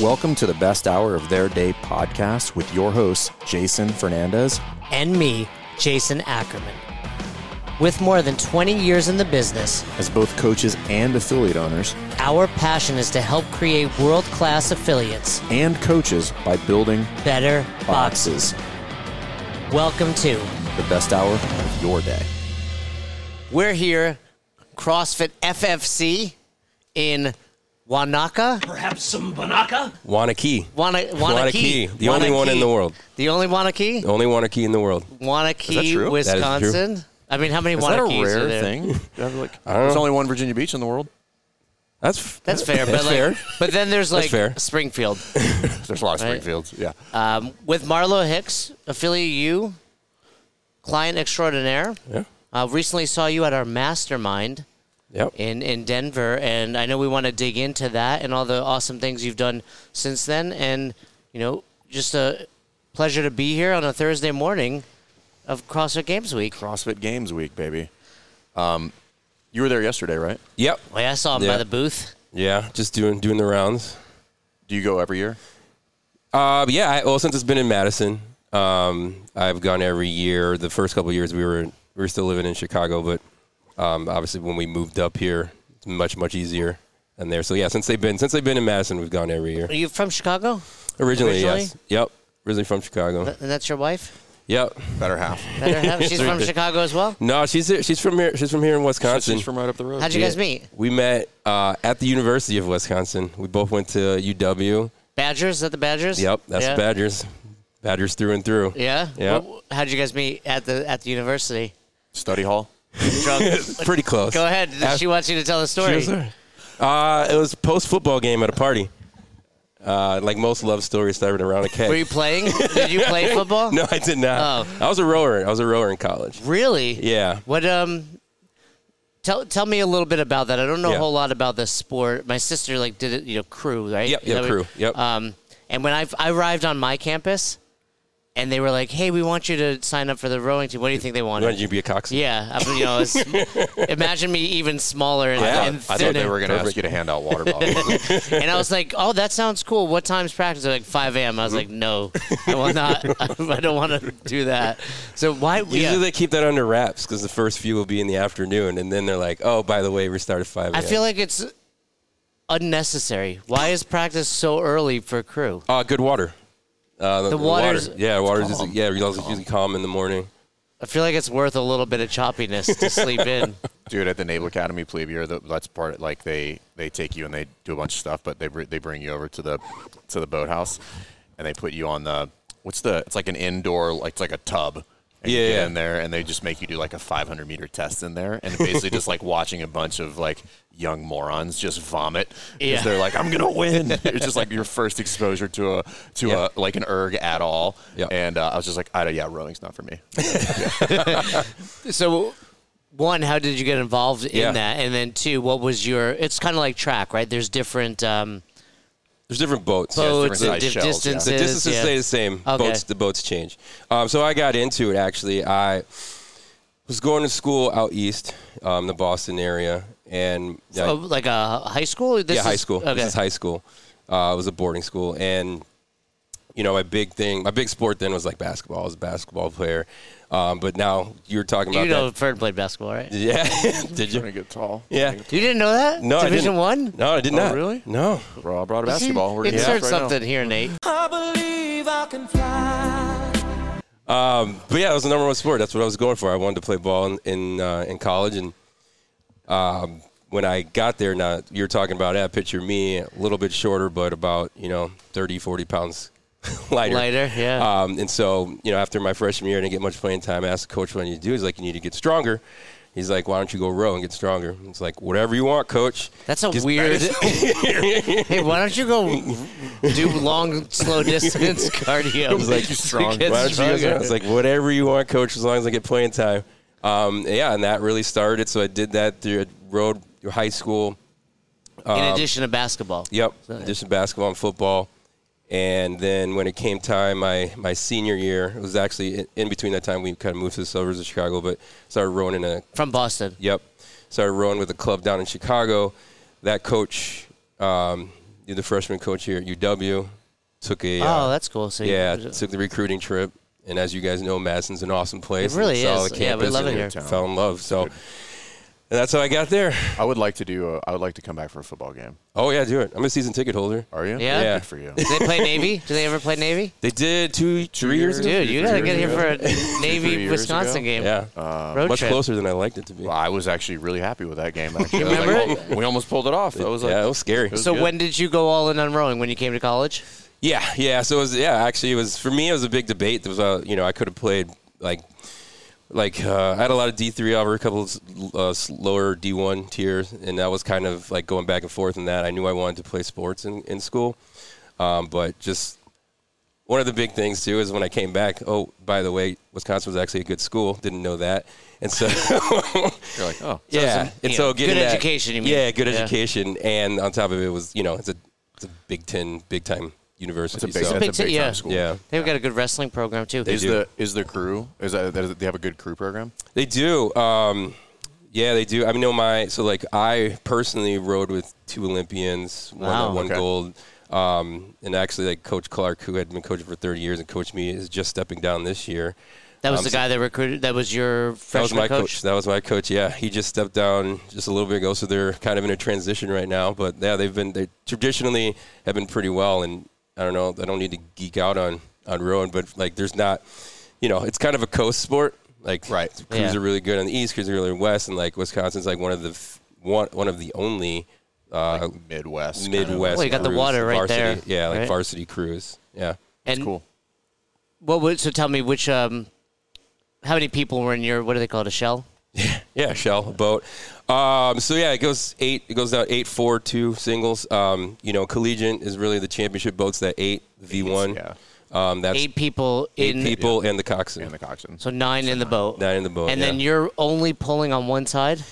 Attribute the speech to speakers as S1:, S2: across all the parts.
S1: Welcome to the Best Hour of Their Day podcast with your hosts, Jason Fernandez.
S2: and me, Jason Ackerman. With more than 20 years in the business,
S1: As both coaches and affiliate owners
S2: our passion is to help create world class affiliates,
S1: and coaches by building
S2: better boxes.
S1: boxes,
S2: Welcome to.
S1: the best hour of your day.
S2: We're here, CrossFit FFC in Wanaka.
S3: Perhaps some Banaka?
S4: Wanakee.
S2: Wana- Wanakee.
S4: Wanakee, the only one in the world.
S2: The only Wanakee?
S4: The only Wanakee in the world.
S1: Is that
S2: Wanakee,
S1: true? That
S4: is true.
S2: Wisconsin. I mean, how many
S1: Is that a
S2: Wanakees are
S1: rare
S2: there?
S1: thing? Like,
S4: don't
S3: "Uh."
S1: there's
S4: know.
S1: only one Virginia Beach in the world.
S4: That's f-
S2: That's fair, but
S4: That's
S2: like,
S4: fair.
S2: but then there's like
S4: fair.
S2: Springfield.
S1: There's a lot of
S2: Right.
S1: Springfields. Yeah.
S2: um, with Marlo Hicks, affiliate you, client extraordinaire.
S4: Yeah.
S2: Uh, recently saw you at our mastermind
S4: Yep.
S2: in, in Denver, and I know we want to dig into that and all the awesome things you've done since then. And, you know, just a pleasure to be here on a Thursday morning of CrossFit Games Week.
S1: CrossFit Games Week, baby. Um, you were there yesterday, right?
S4: Yep.
S2: Like, Oh, I saw him by
S4: Yeah.
S2: the booth.
S4: Yeah. Just doing doing the rounds.
S1: Do you go every year?
S4: Uh, yeah. I, well, since it's been in Madison, um, I've gone every year. The first couple of years we were we were still living in Chicago, but um, obviously when we moved up here, it's much much easier than there. So yeah, since they've been since they've been in Madison, we've gone every year.
S2: Are you from Chicago?
S4: Originally,
S2: Originally?
S4: yes. Yep. Originally from Chicago.
S2: And that's your wife?
S4: Yep.
S1: Better half.
S2: Better have. She's from Chicago as well?
S4: No, she's she's from here. She's from here in Wisconsin.
S1: She's from right up the road.
S2: How'd you guys meet?
S4: We met uh, at the University of Wisconsin. We both went to UW.
S2: Badgers? Is that the Badgers?
S4: Yep, that's
S2: Yeah.
S4: Badgers. Badgers through and through.
S2: Yeah.
S4: Yeah.
S2: Well, how'd you guys meet at the at the university?
S1: Study hall.
S4: Pretty close.
S2: Go ahead. She wants you to tell the story.
S4: Uh, it was post football game at a party. Uh, like most love stories started around a keg.
S2: Were you Oh. playing? Did you play football?
S4: no, I did not. I was a rower. I was a rower in college.
S2: Really?
S4: Yeah.
S2: What um tell tell me a little bit about that. I don't know a
S4: Yeah.
S2: whole lot about this sport. My sister like did it, you know, crew, right?
S4: Yep,
S2: You
S4: yep,
S2: know,
S4: crew. Yep.
S2: Um and when I I arrived on my campus and they were like, "Hey, we want you to sign up for the rowing team. What do you think they
S4: Why did
S2: wanted?"
S4: you be a coxswain?
S2: Yeah, I- you know, it's- imagine me even smaller and,
S4: I thought-
S2: and
S3: I thought they
S2: thinner.
S3: were going to ask you to hand out water bottles.
S2: And I was like, "Oh, that sounds cool. What time's practice?" They're like 5 a.m. I was like, "No, I will not. I don't want to do that." So why?
S4: Usually
S2: Yeah.
S4: they keep that under wraps because the first few will be in the afternoon, and then they're like, "Oh, by the way, we start at five.
S2: I
S4: a.m.
S2: feel like it's unnecessary. Why is practice so early for crew?
S4: Uh, good water. Uh, the,
S2: water's-
S4: water. Yeah, water's is yeah, it's usually calm in the morning.
S2: I feel like it's worth a little bit of choppiness to sleep in.
S3: Dude, at the Naval Academy plebe year, that- that's part like they they take you and they do a bunch of stuff, but they br- they bring you over to the to the boathouse, and they put you on the what's the it's like an indoor like it's like a tub. And you
S4: Yeah,
S3: get
S4: yeah.
S3: in there, and they just make you do like a 500 meter test in there, and basically just like watching a bunch of like young morons just vomit because
S2: Yeah.
S3: they're like, "I'm gonna win." it's just like your first exposure to a to
S4: Yeah.
S3: a like an erg at all,
S4: Yeah.
S3: and uh, I was just like, "I don't, yeah, rowing's not for me."
S2: So, one, how did you get involved in
S4: Yeah.
S2: that? And then two, what was your? It's kind of like track, right? There's different um,
S4: There's different boats.
S2: boats
S3: different
S2: and
S3: size
S2: diff-
S3: shells, yeah.
S2: distances.
S4: The distances
S2: yeah.
S4: stay the same.
S2: Okay.
S4: Boats the boats change. Um, so I got into it actually. I was going to school out east, um, the Boston area, and yeah,
S2: Oh, like a high school? This
S4: yeah, high
S2: is-
S4: school.
S2: Okay.
S4: This is high school. Uh, it was a boarding school, and you know my big thing, my big sport then was like basketball. I was a basketball player, um, but now you're talking about
S2: You know,
S4: that.
S2: Fern played basketball, right?
S4: Yeah, did
S3: Trying
S4: you?
S3: to get tall.
S4: Yeah.
S2: You didn't know that?
S4: No,
S2: Division
S4: I didn't.
S2: One.
S4: No, I did not.
S3: really?
S4: No.
S3: Bro, I brought a basketball. We're
S2: Insert
S3: gonna-
S2: something here, Nate.
S4: But yeah, it was the number one sport. That's what I was going for. I wanted to play ball in in, uh, in college, and um, when I got there, now you're talking about that picture me a little bit shorter, but about you know 30, 40 pounds lighter.
S2: Lighter, yeah.
S4: Um, and so you know, after my freshman year, I didn't get much playing time. I asked the coach what I need to do. He's like, you need to get stronger. He's like, why don't you go row and get stronger? It's like whatever you want, coach.
S2: That's a
S4: Just-
S2: weird. hey, why don't you go do long, slow distance cardio?
S4: was like,
S2: You
S3: strong.
S2: get
S4: Why don't you guys-
S2: stronger.
S4: I was like, whatever you want, coach, as long as I get playing time. Um, yeah, and that really started. So I did that through road through high school. Um,
S2: In addition to basketball.
S4: Yep, just basketball and football. And then when it came time, my, my senior year, it was actually in, in between that time we kind of moved to the suburbs of Chicago, but started rowing in a
S2: From Boston.
S4: Yep. Started rowing with a club down in Chicago. That coach, um, You're the freshman coach here at UW. Took a
S2: Oh,
S4: uh,
S2: that's cool. So you-
S4: yeah, took the recruiting trip. And as you guys know, Madison's an awesome place.
S2: It really
S4: and saw
S2: is.
S4: the
S2: Yeah, we
S4: campus
S2: love it
S4: and
S2: here.
S4: Fell in love. So, and that's how I got there.
S3: I would like to do. A, I would like to come back for a football game.
S4: Oh yeah, do it. I'm a season ticket holder.
S3: Are you?
S2: Yeah. Yeah.
S3: Good for you.
S2: Do they play Navy? Do they ever play Navy?
S4: They did two, three years ago.
S2: Dude, you gotta
S3: three
S2: get here
S3: years
S2: for a
S3: three
S2: Navy
S3: years
S2: Wisconsin
S3: ago?
S2: game.
S4: Yeah,
S3: Uh,
S2: Road
S4: much
S2: trip.
S4: closer than I liked it to be.
S3: Well, I was actually really happy with that game. Actually,
S2: You
S3: I was like,
S2: remember
S3: "Oh, we almost pulled it off. I was like,
S4: yeah, it was scary.
S3: was
S2: So
S3: good.
S2: when did you go all in on rowing? When you came to college?
S4: Yeah, yeah. So it was yeah. Actually, it was for me. It was a big debate. There was a you know I could have played like like uh, I had a lot of D three over a couple of uh, lower D one tiers, and that was kind of like going back and forth in that. I knew I wanted to play sports in in school, um, but just one of the big things too is when I came back. Oh, by the way, Wisconsin was actually a good school. Didn't know that, and so
S3: you're like, oh,
S4: yeah,
S2: some-
S4: and
S2: yeah,
S4: so
S2: good
S4: getting that-
S2: education, you mean.
S4: Yeah, good
S2: Yeah.
S4: education, and on top of it was you know it's a it's a Big Ten, big time
S3: it's
S4: university.
S3: a big,
S4: so-
S3: that's a
S2: Big
S3: big
S2: Ten,
S3: time
S2: yeah.
S3: school.
S4: Yeah.
S2: They've got a good wrestling program too.
S3: Is
S4: do.
S3: the is the crew is that, that they have a good crew program?
S4: They do. Um, yeah, they do. I mean, no, my so like I personally rode with two Olympians, one
S2: Wow.
S4: one
S3: Okay.
S4: gold, um, and actually like Coach Clark, who had been coaching for 30 years and coached me, is just stepping down this year.
S2: That was
S4: Um,
S2: the
S4: so-
S2: guy that recruited. That was your
S4: That was
S2: freshman
S4: my coach. That was my coach. Yeah, he just stepped down just a little bit ago, so they're kind of in a transition right now. But yeah, they've been they traditionally have been pretty well, and I don't know. I don't need to geek out on on rowing, but like there's not, you know, it's kind of a coast sport. Like
S3: Right.
S4: crews
S2: Yeah.
S4: are really good on the east, crews are really west, and like Wisconsin's like one of the f- one one of the only uh,
S3: Midwest. kind of-
S4: Midwest.
S2: Well, you got the
S4: crews,
S2: water right
S4: varsity-
S2: there,
S4: Yeah, like
S2: right?
S4: varsity crews. Yeah.
S2: And
S3: Cool.
S2: what would so tell me which um, how many people were in your what do they call it a shell?
S4: Yeah, shell, a boat. Um, so yeah, it goes eight. It goes down eight, four, two singles. Um, you know, collegiate is really the championship boats that eight V one.
S3: yeah.
S4: Um, that's eight,
S2: Eight people in
S4: people and the coxswain.
S3: And the coxswain.
S2: so nine in the boat.
S4: Nine in the boat.
S2: and
S4: yeah.
S2: then you're only pulling on one side.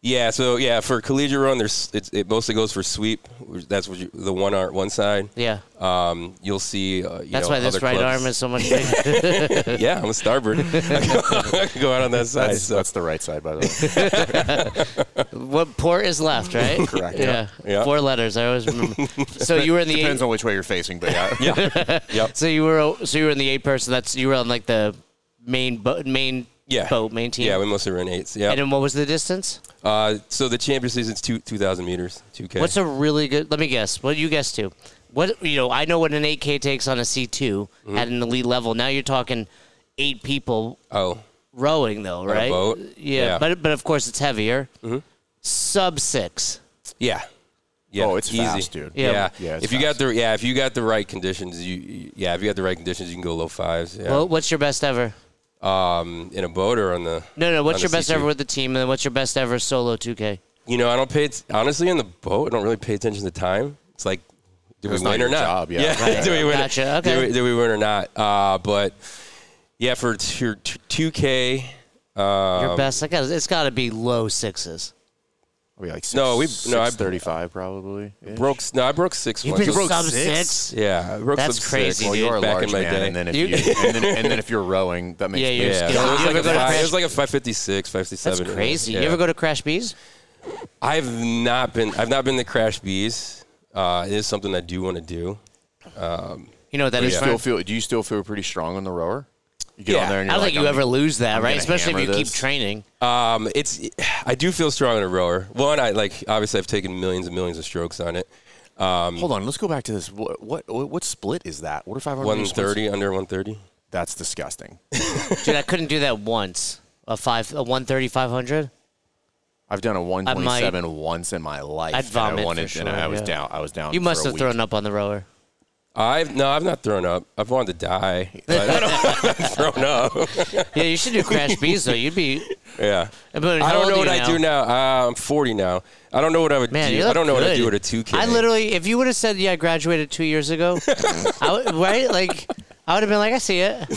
S4: yeah. So yeah, for collegiate rowing, there's it, it mostly goes for sweep. which- That's what you, the one arm, one side.
S2: Yeah,
S4: Um, you'll see. Uh, you
S2: that's
S4: know,
S2: why this
S4: other
S2: right
S4: clubs.
S2: arm is so much bigger.
S4: yeah, I'm a starboard. I go out on that side.
S3: that's,
S4: so.
S3: that's the right side, by the way.
S2: what port is left, right?
S3: Correct,
S2: Yeah.
S4: yeah.
S2: four letters. I always remember. so you were in the eight,
S3: Depends on which way you're facing, but yeah.
S4: yeah. yep.
S2: so you were so you were in the eight person. That's you were on like the main boat, main
S4: Yeah.
S2: boat, main team.
S4: Yeah, we mostly run eights.
S2: and
S4: Yeah.
S2: then what was the distance?
S4: Uh, so the champion season's two two thousand meters, two k.
S2: What's a really good? Let me guess. What do you guess to? What you know? I know what an 8K takes on a C2
S3: Mm-hmm.
S2: at an elite level. Now you're talking eight people
S4: oh
S2: rowing, though, right?
S4: boat?
S2: Yeah,
S4: Yeah.
S2: but but of course it's heavier.
S3: Mm-hmm.
S2: Sub six.
S4: Yeah. Yeah.
S3: Oh, it's
S4: easy,
S3: fast, dude.
S4: Yeah.
S2: Yeah.
S4: Yeah.
S3: Yeah, it's
S4: if you
S3: fast.
S4: got the yeah, if you got the right conditions, you yeah, if you got the right conditions, you can go low fives. Yeah.
S2: Well, what's your best ever?
S4: um, in a boat or on the
S2: No, no.
S4: on
S2: What's
S4: the
S2: your best
S4: C2.
S2: ever with the team, and then what's your best ever solo 2K?
S4: You know, I don't pay t- honestly on the boat. I don't really pay attention to time. It's like, do we
S3: It's not
S4: win or
S3: your
S4: not?
S3: job, yeah.
S4: do we win?
S2: Gotcha, okay.
S4: Do we, do we win or not? Uh, but yeah, for two two k.
S2: Your
S3: Um,
S2: best. I got. It's got to be low sixes.
S3: I'll be like six,
S4: No, we- no, I-
S3: 35 probably. ish.
S4: Broke s- no, I broke six.
S2: You
S4: once.
S2: broke sub
S3: six?
S2: six.
S4: Yeah, I broke
S2: That's
S4: sub
S2: crazy,
S4: Six.
S2: Well, you dude. are a
S4: back
S3: large
S4: in my
S3: man,
S4: day.
S3: and then if
S2: You-
S3: you, and, then, and then if you're rowing, that makes
S2: Yeah, you're
S3: sense.
S4: yeah,
S2: skilled.
S4: it was
S2: You
S4: like
S2: ever
S4: a
S2: go to
S4: five, it
S2: Crash-
S4: was like a 556, 557.
S2: That's
S4: yeah.
S2: crazy.
S4: Yeah.
S2: You ever go to Crash Bees?
S4: I've not been. I've not been to Crash Bees. Uh, it is something I do want to do.
S2: You know what that
S3: Do you
S2: is,
S3: still
S2: Frank?
S3: feel? Do you still feel pretty strong on the rower? You get
S4: Yeah.
S3: on there
S2: I
S3: and
S2: don't
S3: you're
S2: think
S3: like,
S2: you
S3: I'm-
S2: ever lose that, right?
S3: gonna
S2: Especially if you
S3: hammer
S2: keep
S3: this.
S2: training.
S4: Um, it's. I do feel strong in a rower. One, I like. Obviously, I've taken millions and millions of strokes on it.
S3: Hold on, let's go back to this. What what what split is that? What if I
S4: One thirty under one thirty.
S3: That's disgusting.
S2: Dude, I couldn't do that once. A five, a one thirty, five hundred.
S3: I've done a 127 once in my life.
S2: I'd
S3: and
S2: vomit
S3: I
S2: for
S3: wanted, and
S2: sure,
S3: I was
S2: yeah.
S3: down. I was down.
S2: You
S3: for
S2: must
S3: a
S2: have
S3: week.
S2: thrown up on the rower.
S4: I've no. I've not thrown up. I've wanted to die. but I don't I've thrown up.
S2: Yeah, you should do crash bees though. You'd be.
S4: Yeah.
S2: But
S4: I
S2: how
S4: don't
S2: old
S4: know
S2: are
S4: what
S2: you
S4: I do now. Uh, I'm 40 now. I don't know what I would
S2: Man,
S4: do.
S2: you
S4: I
S2: look
S4: don't know what
S2: good.
S4: I do at a 2K.
S2: I literally, if you would have said, "Yeah, I graduated two years ago," I would, right? Like, I would have been like, "I see it."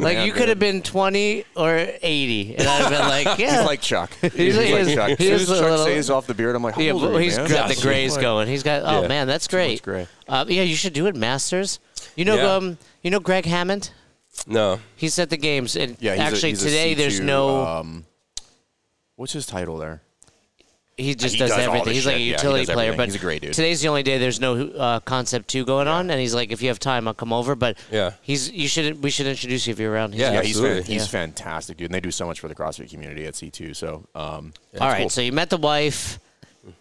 S2: Like,
S3: man,
S2: you could have been
S3: dude.
S2: twenty or eighty, and I'd have been like, "Yeah."
S3: He's like Chuck. He's,
S2: like-
S3: like
S2: he's-
S3: Chuck. As soon
S2: he's
S3: as
S2: a
S3: Chuck
S2: little-
S3: stays off the beard, I'm like, How
S2: yeah,
S3: old are
S2: well,
S3: you,
S2: he's
S3: man?
S2: got the
S3: Gosh,
S2: grays
S3: like-
S2: going. He's got. Oh
S4: Yeah.
S2: man, that's great.
S3: gray.
S2: Uh, yeah, you should do it, Masters. You know,
S4: Yeah.
S2: um, you know Greg Hammond.
S4: no.
S2: He's at the games, and
S3: Yeah, he's a- uh, um,
S2: actually
S3: he's a
S2: today there's
S3: C2,
S2: no.
S3: Um, what's his title there?
S2: he just
S3: He
S2: does,
S3: does all
S2: everything.
S3: this
S2: He's like a
S3: shit. Yeah, he
S2: utility
S3: does
S2: player,
S3: everything.
S2: but
S3: He's a great dude.
S2: Today's the only day there's no uh, concept two going on, and he's like, if you have time, I'll come over. But
S4: Yeah.
S2: he's you should we should introduce you if you're around. He's
S4: Yeah,
S3: Yeah,
S2: great.
S3: he's,
S4: absolutely.
S3: fan- he's
S2: Yeah.
S3: fantastic, dude. And they do so much for the CrossFit community at C2. So, um,
S2: all right. So you met the wife,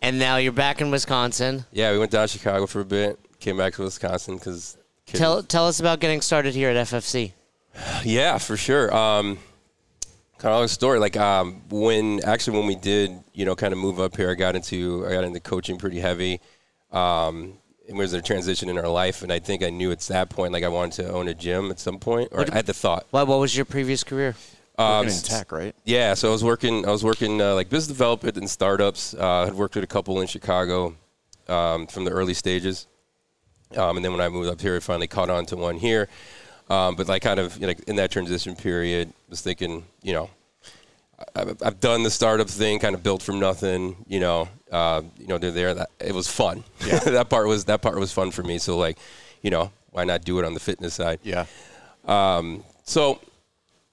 S2: and now you're back in Wisconsin.
S4: Yeah, we went down to Chicago for a bit, came back to Wisconsin because
S2: Tell tell us about getting started here at FFC.
S4: Yeah, for sure. Um, kind of long story. Like um, when actually when we did, you know, kind of move up here, I got into I got into coaching pretty heavy. Um, it was a transition in our life, and I think I knew at that point, like I wanted to own a gym at some point, or I had the thought.
S2: Why? What was your previous career?
S3: um, in tech, right?
S4: Yeah, so I was working. I was working uh, like business development and startups. Uh, I'd worked with a couple in Chicago um, from the early stages, um, and then when I moved up here, I finally caught on to one here. Um, but like, kind of you know, like in that transition period, was thinking, you know, I've, I've done the startup thing, kind of built from nothing. You know, uh, you know, they're there. That, it was fun. Yeah. that part was that part was fun for me. So like, you know, why not do it on the fitness side?
S3: Yeah.
S4: So,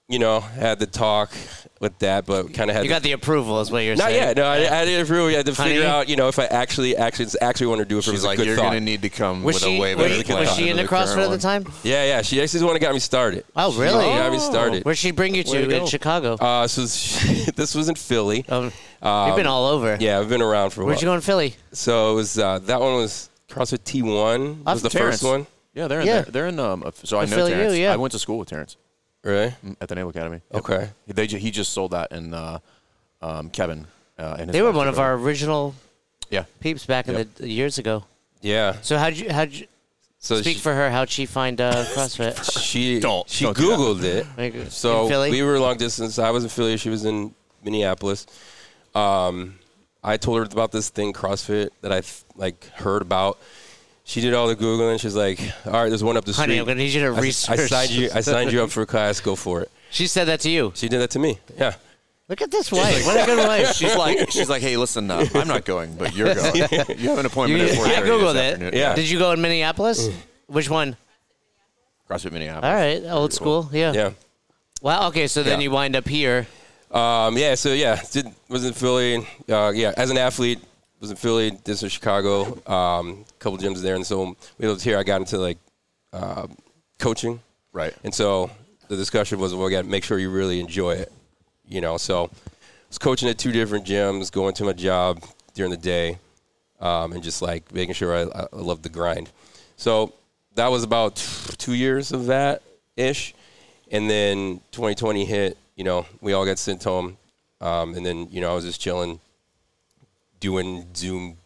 S4: you know, had the talk with that, but kind of had
S2: You
S4: the-
S2: got the approval, is what you're
S4: not
S2: saying.
S4: yet. No, I, I didn't really. I had to
S2: Honey?
S4: figure out, you know, if I actually, actually, actually want to do it. If it was
S3: She's
S4: a
S3: like,
S4: good
S3: you're
S4: thought.
S3: going to need to come
S2: Was
S3: with
S2: she,
S3: a way
S2: was,
S3: better plan.
S2: was she
S3: than
S2: into
S3: current
S2: CrossFit at the
S3: one.
S2: time?
S4: Yeah, yeah. She actually is the one that got me started.
S2: Oh,
S4: She's the
S2: really?
S4: one that got me started.
S2: Where'd she bring you to?
S4: Way to
S2: in
S4: go.
S2: Chicago.
S4: Uh, so this- this was in Philly.
S2: um, you've been all over.
S4: Yeah, I've been around for a
S2: Where'd
S4: while.
S2: you go in Philly?
S4: So it was uh, that one was CrossFit T1
S2: I'm
S4: was the
S2: from
S4: first one,
S3: Yeah, they're in
S2: Yeah.
S3: there. They're in um. So I know
S2: feel you,
S3: Terrence.
S2: yeah.
S3: I went to school with Terrence
S4: right?
S3: at the Naval Academy. Yep.
S4: Okay.
S3: They ju- he just sold that in uh, um, Kevin. Uh, and his
S2: They were
S3: wife
S2: one
S3: took
S2: of
S3: over.
S2: our original
S3: Yeah.
S2: peeps back in
S3: Yep.
S2: the years ago.
S4: Yeah.
S2: So how'd you how'd you
S4: So
S2: speak
S4: she,
S2: for her? How'd she find uh, CrossFit?
S4: she
S3: Don't-
S4: she
S3: don't do that.
S4: Googled it.
S2: Like, in
S4: So
S2: Philly?
S4: we were long distance. I was in Philly. She was in Minneapolis. Um, I told her about this thing CrossFit that I like heard about. She did all the googling. She's like, "All right, there's one up the street."
S2: Honey, I'm gonna need you to
S4: I s- I
S2: research.
S4: signed you. I signed you up for a class. Go for it.
S2: She said that to you.
S4: She did that to me. Yeah.
S2: Look at this wife. What a good wife.
S3: She's like, she's like, hey, listen, uh, I'm not going, but you're going. You have an appointment. at 4:30
S2: I
S3: this
S2: googled
S3: afternoon.
S2: it.
S4: Yeah. Mm.
S2: Did you go in Minneapolis? Which one?
S3: CrossFit Minneapolis.
S2: All right, old school. Yeah.
S4: Yeah.
S2: Wow. Okay, so then
S4: Yeah.
S2: you wind up here.
S4: Um, yeah. So yeah, did, was in Philly. Uh, yeah, as an athlete, was in Philly. This was Chicago. Um, couple gyms there, and so we lived here. I got into like uh, coaching.
S3: Right.
S4: And so the discussion was, well, got to make sure you really enjoy it, you know. So I was coaching at two different gyms, going to my job during the day, um, and just like making sure I, I love the grind. So that was about two years of that ish, and then 2020 hit. You know, we all got sent home, um, and then you know I was just chilling, doing Zoom.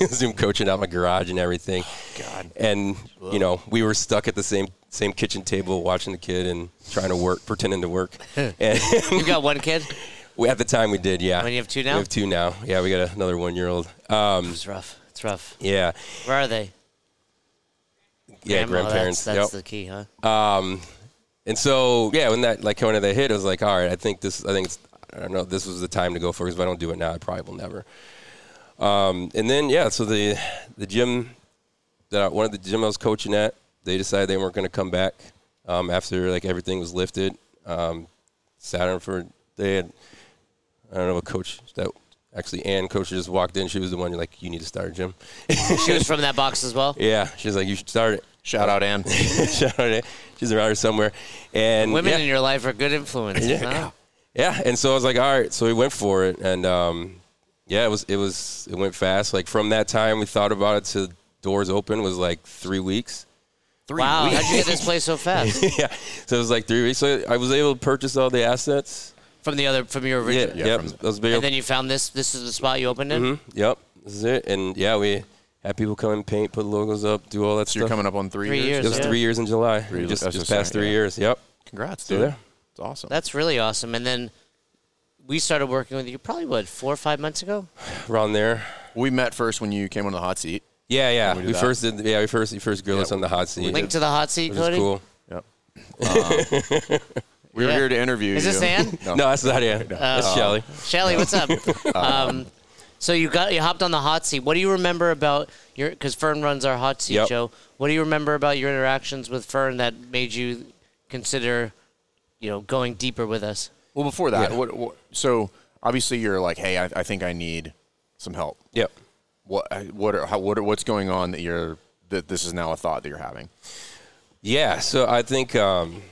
S4: Zoom coaching out my garage and everything,
S3: God.
S4: and you know we were stuck at the same same kitchen table watching the kid and trying to work, pretending to work. and
S2: You got one kid.
S4: we, at the time we did, yeah.
S2: And you have two now?
S4: We have two now. Yeah, we got another one year old. Um,
S2: It's rough. It's rough.
S4: yeah,
S2: Where are they?
S4: yeah,
S2: Grandma, that's-
S4: grandparents.
S2: That's,
S4: yep. Uh,
S2: the key, huh?
S4: And so yeah, when that like when that hit, I was like, all right, I think this, I think it's, I don't know, this was the time to go for it. 'cause If I don't do it now, I probably will never. Um, and then yeah, so the the gym that I, one of the gym I was coaching at, they decided they weren't going to come back um, after like everything was lifted. Um, Saturn for they had I don't know a coach that actually Ann coach just walked in. She was the one you're like, you need to start a gym.
S2: She was from that box as well.
S4: yeah, she's like, you should start it.
S3: Shout out, Ann.
S4: Shout out to- She's around here somewhere. And
S2: Women
S4: yeah.
S2: in your life are good influences.
S4: Yeah.
S2: huh?
S4: Yeah, and so I was like, all right. So we went for it, and um, yeah, it was it was it went fast. Like from that time we thought about it to doors open was like three weeks.
S3: Three
S2: Wow,
S3: weeks.
S2: how'd you get this place so fast?
S4: yeah, so it was like three weeks. So I was able to purchase all the assets.
S2: From the other, from your
S4: Yeah,
S2: original.
S4: yeah. Mm-hmm.
S3: Yeah,
S4: Yep, I
S3: from-
S4: was able-
S2: And then you found this. This is the spot you opened in.
S4: yep, this is it. And yeah, we had people come and paint, put logos up, do all that
S3: So
S4: stuff.
S3: you're coming up on three,
S2: Three
S4: it
S2: years.
S4: was
S2: Yeah.
S4: three years in July.
S3: Three-
S4: just
S3: that's
S4: just
S3: what I'm
S4: past
S3: saying,
S4: three
S3: yeah.
S4: years. Yep.
S3: Congrats,
S4: So
S3: dude.
S4: there.
S3: It's awesome.
S2: That's really awesome. And then we started working with you probably what four or five months ago.
S4: Around there.
S3: we met first when you came on the hot seat.
S4: Yeah, yeah.
S3: we
S4: We,
S3: do that.
S4: first did. Yeah, we first we first grilled us on the hot seat.
S2: Link to the hot seat,
S4: It was
S2: Cody.
S4: cool.
S3: Yep. Um, we were
S2: Yeah.
S3: here to interview
S2: Is
S3: you.
S2: this Ann?
S4: No, that's not it.
S2: Oh.
S4: that's Shelly.
S2: Shelly, what's up? um, so you got you hopped on the hot seat. What do you remember about your? Because Fern runs our hot seat
S4: Yep.
S2: show. What do you remember about your interactions with Fern that made you consider, you know, going deeper with us?
S3: Well, before that,
S4: Yeah.
S3: what, what, so obviously you're like, hey, I, I think I need some help.
S4: Yep.
S3: What uh, what are, how, what are what's going on that you're that this is now a thought that you're having?
S4: Yeah, so I think um,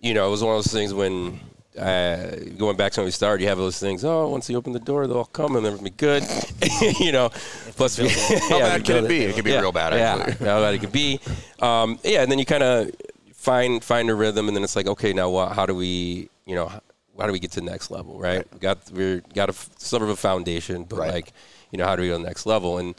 S4: you know it was one of those things when uh, going back to when we started, you have those things. Oh, once you open the door, they'll all come and everything will be good. you know, plus
S3: How bad can it be? It could be
S4: yeah,
S3: real bad.
S4: Yeah,
S3: Actually.
S4: how bad it could be. Um, yeah, and then you kind of find find a rhythm, and then it's like, okay, now what, how do we, you know, how do we get to the next level, right? We got we got a f- sort of a foundation, but
S3: Right.
S4: like, you know, how do we go to the next level? And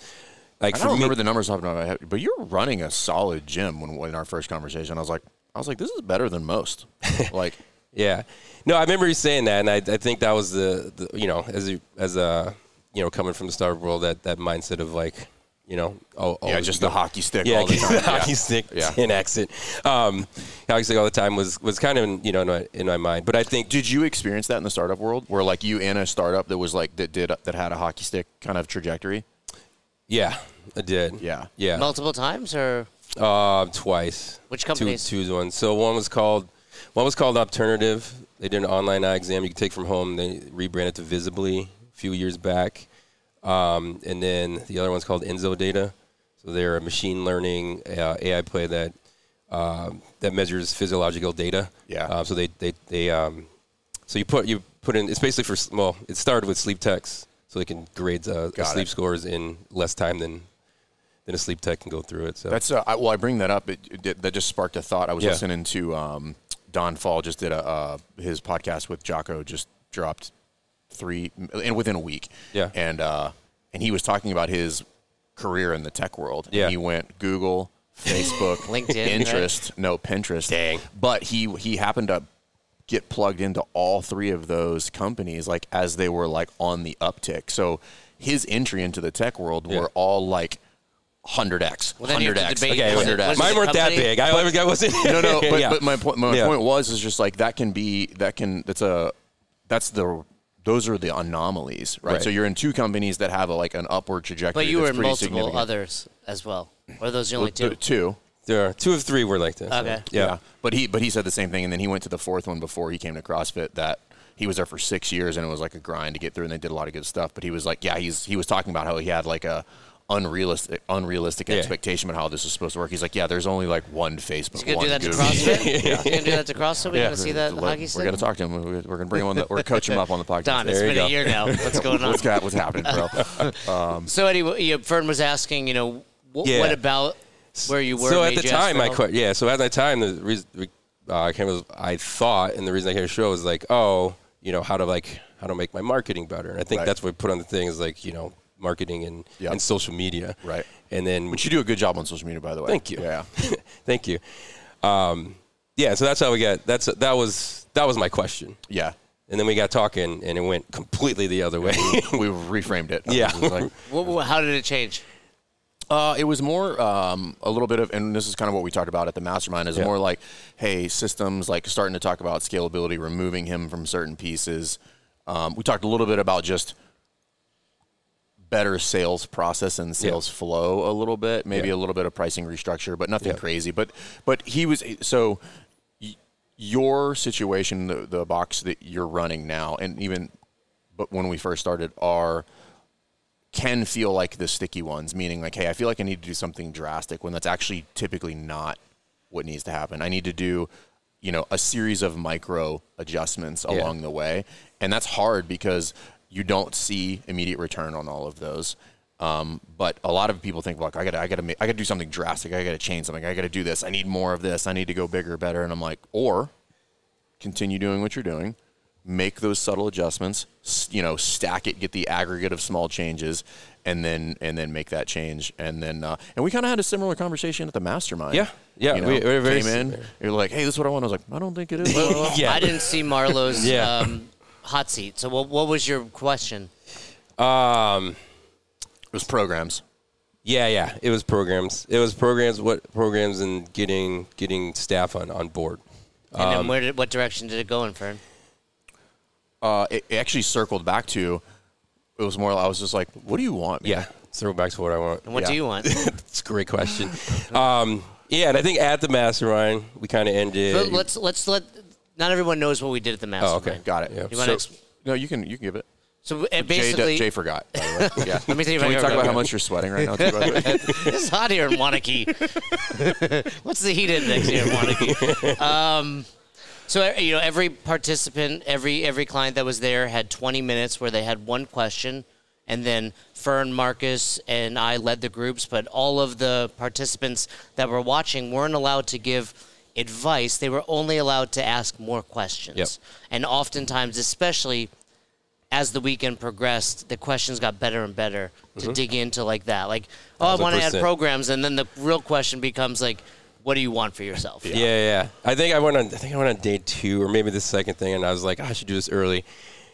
S4: like
S3: I
S4: for
S3: don't
S4: me-
S3: remember the numbers off the top of my head, but you're running a solid gym. When when our first conversation, I was like, I was like, this is better than most. like,
S4: Yeah. No, I remember you saying that, and I, I think that was the, the you know as a, as a you know coming from the startup world that that mindset of like you know oh
S3: yeah, just the hockey stick.
S4: yeah
S3: all the time.
S4: hockey
S3: Yeah.
S4: stick
S3: Yeah.
S4: in accent um hockey stick all the time was was kind of in, you know in my, in my mind, but I think
S3: Did you experience that in the startup world, where like you in a startup that was like that did that had a hockey stick kind of trajectory?
S4: yeah I did
S3: Yeah.
S4: yeah
S2: Multiple times or
S4: Uh, twice.
S2: Which companies?
S4: Two, two ones. So one was called one was called Alternative. They did an online eye exam you could take from home. They rebranded to Visibly a few years back, um, and then the other one's called Enzo Data. So they're a machine learning uh, AI play that um that measures physiological data.
S3: Yeah.
S4: Uh, so they they they um, so you put you put in it's basically for s- well it started with sleep techs so they can grade uh,
S3: Got
S4: sleep
S3: it.
S4: scores in less time than than a sleep tech can go through it. So
S3: That's uh, I, well, I bring that up. It, it did- that just sparked a thought. I was
S4: Yeah.
S3: listening to um, Don Fall just did a uh, his podcast with Jocko just dropped three and within a week.
S4: Yeah.
S3: and uh, and he was talking about his career in the tech world.
S4: Yeah.
S3: and he went Google, Facebook,
S2: LinkedIn,
S3: Pinterest, no Pinterest.
S4: Dang.
S3: but he he happened to get plugged into all three of those companies like as they were like on the uptick. So his entry into the tech world
S4: Yeah.
S3: were all like 100x,
S2: then you have to
S3: 100x,
S2: debate
S4: Okay,
S2: Was it-
S3: 100x.
S2: was
S4: mine
S2: it
S4: weren't that
S2: company?
S4: big. I always got wasn't.
S3: no, no, but,
S4: yeah.
S3: but my point, my
S4: Yeah.
S3: point was is just like that can be that can that's a that's the those are the anomalies, right?
S4: Right.
S3: So you're in two companies that have a, like an upward trajectory.
S2: but you were
S3: that's
S2: in
S3: pretty
S2: multiple
S3: significant.
S2: others as well. Or those the only
S3: Th-
S2: two?
S3: two.
S4: there are two of three were like this. so,
S2: Okay.
S4: yeah.
S3: But he but he said the same thing and then he went to the fourth one before he came to CrossFit that he was there for 6 years and it was like a grind to get through and they did a lot of good stuff, but he was like, yeah, he's he was talking about how he had like a unrealistic unrealistic
S4: Yeah.
S3: expectation about how this is supposed to work. He's like, yeah, there's only like one Facebook,
S2: You gonna
S3: one
S2: do that to
S3: Google.
S2: CrossFit? You gonna do that to CrossFit? We gonna see that
S3: We're
S2: hockey stick?
S3: gonna talk to him. We're gonna bring him on. The, or coach him up on the podcast.
S2: Don, it's
S4: There
S2: been
S4: you
S2: a
S4: go.
S2: year now. What's going on?
S3: What's, got, what's happening, bro?
S2: So anyway, yeah, Fern was asking, you know, wh-
S4: Yeah.
S2: what about where you were?
S4: So at
S2: made
S4: the
S2: you ask
S4: time,
S2: for
S4: I
S2: help?
S4: quit. Yeah. So at that time, the reason uh, I came was I thought, and the reason I came to the show was like, oh, you know, how to like how to make my marketing better, and I think
S3: Right.
S4: that's what we put on the thing is like you know marketing and
S3: Yep.
S4: and social media.
S3: Right.
S4: And then
S3: But you do a good job on social media, by the way.
S4: Thank you.
S3: Yeah.
S4: thank you. Um, yeah. So that's how we got. That's that was that was my question,
S3: Yeah.
S4: and then we got talking, and it went completely the other way.
S3: We reframed it.
S4: Yeah.
S3: It was, like-
S2: Wh- wh- how did it change?
S3: uh, it was more um, a little bit of, and this is kind of what we talked about at the mastermind, is
S4: Yeah.
S3: more like, hey, systems, like starting to talk about scalability, removing him from certain pieces. Um, we talked a little bit about just better sales process and sales flow a little bit, maybe
S4: Yeah.
S3: a little bit of pricing restructure, but nothing
S4: Yeah.
S3: crazy. But but he was so y- your situation, the, the box that you're running now, and even but when we first started are can feel like the sticky ones, meaning like, hey, I feel like I need to do something drastic when that's actually typically not what needs to happen. I need to do, you know, a series of micro adjustments along the way. And that's hard because you don't see immediate return on all of those. Um, but a lot of people think, look, I gotta, I gotta, make, I gotta do something drastic. I gotta change something. I gotta do this. I need more of this. I need to go bigger, better. And I'm like, or continue doing what you're doing make those subtle adjustments s- you know stack it get the aggregate of small changes and then and then make that change and then uh, and we kind of had a similar conversation at the mastermind
S4: Yeah. Yeah,
S3: you know,
S4: we- we were very
S3: came in
S4: similar.
S3: you're like hey this is what i want i was like i don't think it is blah, blah, blah."
S4: Yeah.
S2: I didn't see Marlowe's
S4: Yeah.
S2: um, hot seat. So what, what was your question?
S4: um.
S3: it was programs
S4: Yeah, yeah. It was programs. It was programs. What programs and getting getting staff on on board.
S2: And then where did, what direction did it go in, Fern?
S3: uh, it, it actually circled back to it was more i was just like what do you want man?
S4: Yeah. Circle back to what I want.
S2: And what
S3: Yeah.
S2: do you want?
S4: It's a great question. um. Yeah, and I think at the mastermind we kind of ended.
S2: But let's let's let. Not everyone knows what we did at the mastermind.
S4: okay.
S3: got it
S4: Yeah.
S2: You wanna ex-
S3: no you can you can give it
S2: So uh,
S3: Jay, d-
S2: basically,
S3: Jay forgot. By the way. Yeah.
S2: let me see if
S3: Can
S2: I
S3: we
S2: can
S3: talk about
S2: remember.
S3: how much you're sweating right now? Too, by the way?
S2: it's hot here in Wanakee. What's the heat index here in Wanakee? Um, so uh, you know, every participant, every every client that was there had 20 minutes where they had one question, and then Fern, Marcus, and I led the groups. But all of the participants that were watching weren't allowed to give advice; they were only allowed to ask more questions.
S4: Yep.
S2: And oftentimes, especially as the weekend progressed, the questions got better and better to
S4: Mm-hmm.
S2: dig into like that. Like, oh, I want to add
S4: 1000%.
S2: programs, and then the real question becomes like, what do you want for yourself?
S4: Yeah, yeah. I think I went on. I think I went on day two or maybe the second thing, and I was like, "Ah, I should do this early.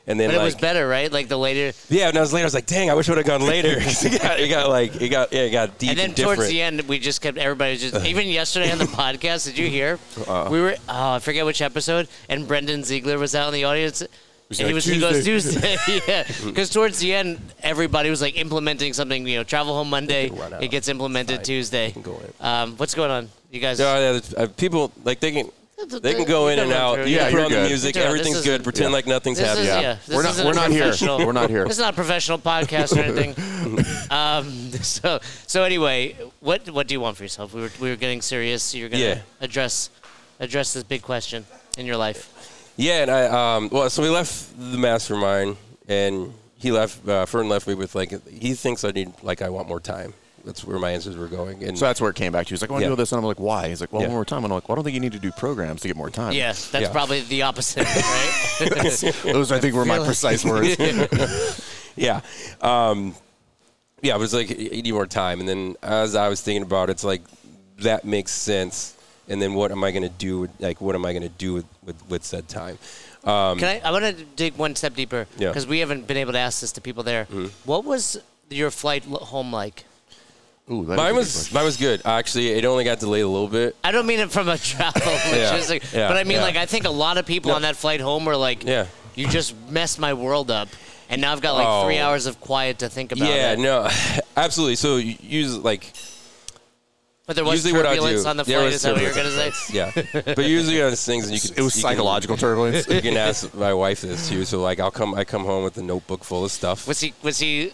S4: And then
S2: But it
S4: like,
S2: was better, right? Like the later,
S4: yeah, and I was later. I was like, dang, I wish I would have gone later. 'Cause it got, it got like, it got, yeah, it got deep
S2: and
S4: and,
S2: then
S4: different.
S2: towards the end, we just kept everybody was just. even yesterday on the podcast, did you hear?
S4: Uh-uh.
S2: we were oh, I forget which episode, and Brendan Ziegler was out in the audience. And he
S3: like,
S2: was he goes Tuesday, yeah, because towards the end everybody was like implementing something. You know, travel home Monday,
S4: run out.
S2: it gets implemented Tuesday.
S4: can go in.
S2: Um, what's going on, you guys?
S4: No, yeah, there's- uh, people like they can they can go
S2: You
S4: in
S2: can
S4: and
S2: run
S4: out.
S2: through,
S4: You
S2: yeah.
S4: can put
S3: you're
S4: on the
S3: good.
S4: music.
S2: Yeah, this
S4: Everything's
S2: is-
S4: good. Pretend like nothing's
S2: this
S4: happening.
S2: is-
S4: yeah.
S2: yeah, this
S3: we're not.
S2: isn't
S3: We're
S2: a
S3: not here.
S2: professional-
S3: We're not here.
S2: It's not a professional podcast or anything. um, so, so anyway, what what do you want for yourself? We were we were getting serious. You're gonna
S4: Yeah.
S2: address address this big question in your life.
S4: Yeah, and I um well, so we left the mastermind, and he left. Uh, Fern left me with like he thinks I need like I want more time. That's where my answers were going. And
S3: So that's where it came back to. He's like, I want to
S4: Yeah.
S3: do this. And I'm like, why? He's like, well,
S4: Yeah.
S3: one more time. And I'm like, well, I don't think you need to do programs to get more time.
S2: Yes, that's
S4: Yeah.
S2: probably the opposite, right?
S3: Those, I think, were my
S2: Really?
S3: precise words.
S4: yeah, um, yeah, it was like you need more time. And then as I was thinking about it, it's like that makes sense. And then what am I going to do? With, like what am I going to do with, with with said time? Um,
S2: Can I? I want to dig one step deeper
S4: Yeah.
S2: because we haven't been able to ask this to people there.
S3: Mm-hmm.
S2: What was your flight lo- home like?
S3: Ooh, that is a
S4: mine
S3: good
S4: was
S3: question.
S4: mine was good. Actually, it only got delayed a little bit.
S2: I don't mean it from a travel
S4: Yeah,
S2: logistic,
S4: yeah,
S2: but I mean
S4: yeah.
S2: like I think a lot of people
S4: No.
S2: on that flight home were like,
S4: Yeah.
S2: you just messed my world up, and now I've got like
S4: Oh.
S2: three hours of quiet to think about
S4: yeah,
S2: it."
S4: no, absolutely. So you use like
S2: but there was
S4: usually what I
S2: turbulence
S4: do-
S2: on the
S4: there
S2: flight.
S4: was
S2: Is that what you're gonna say?
S4: Yeah, but usually on these things, and you can
S3: It was
S4: you can-
S3: psychological turbulence.
S4: You can ask my wife this too. So like, I'll come. I come home with a notebook full of stuff.
S2: Was he? Was he?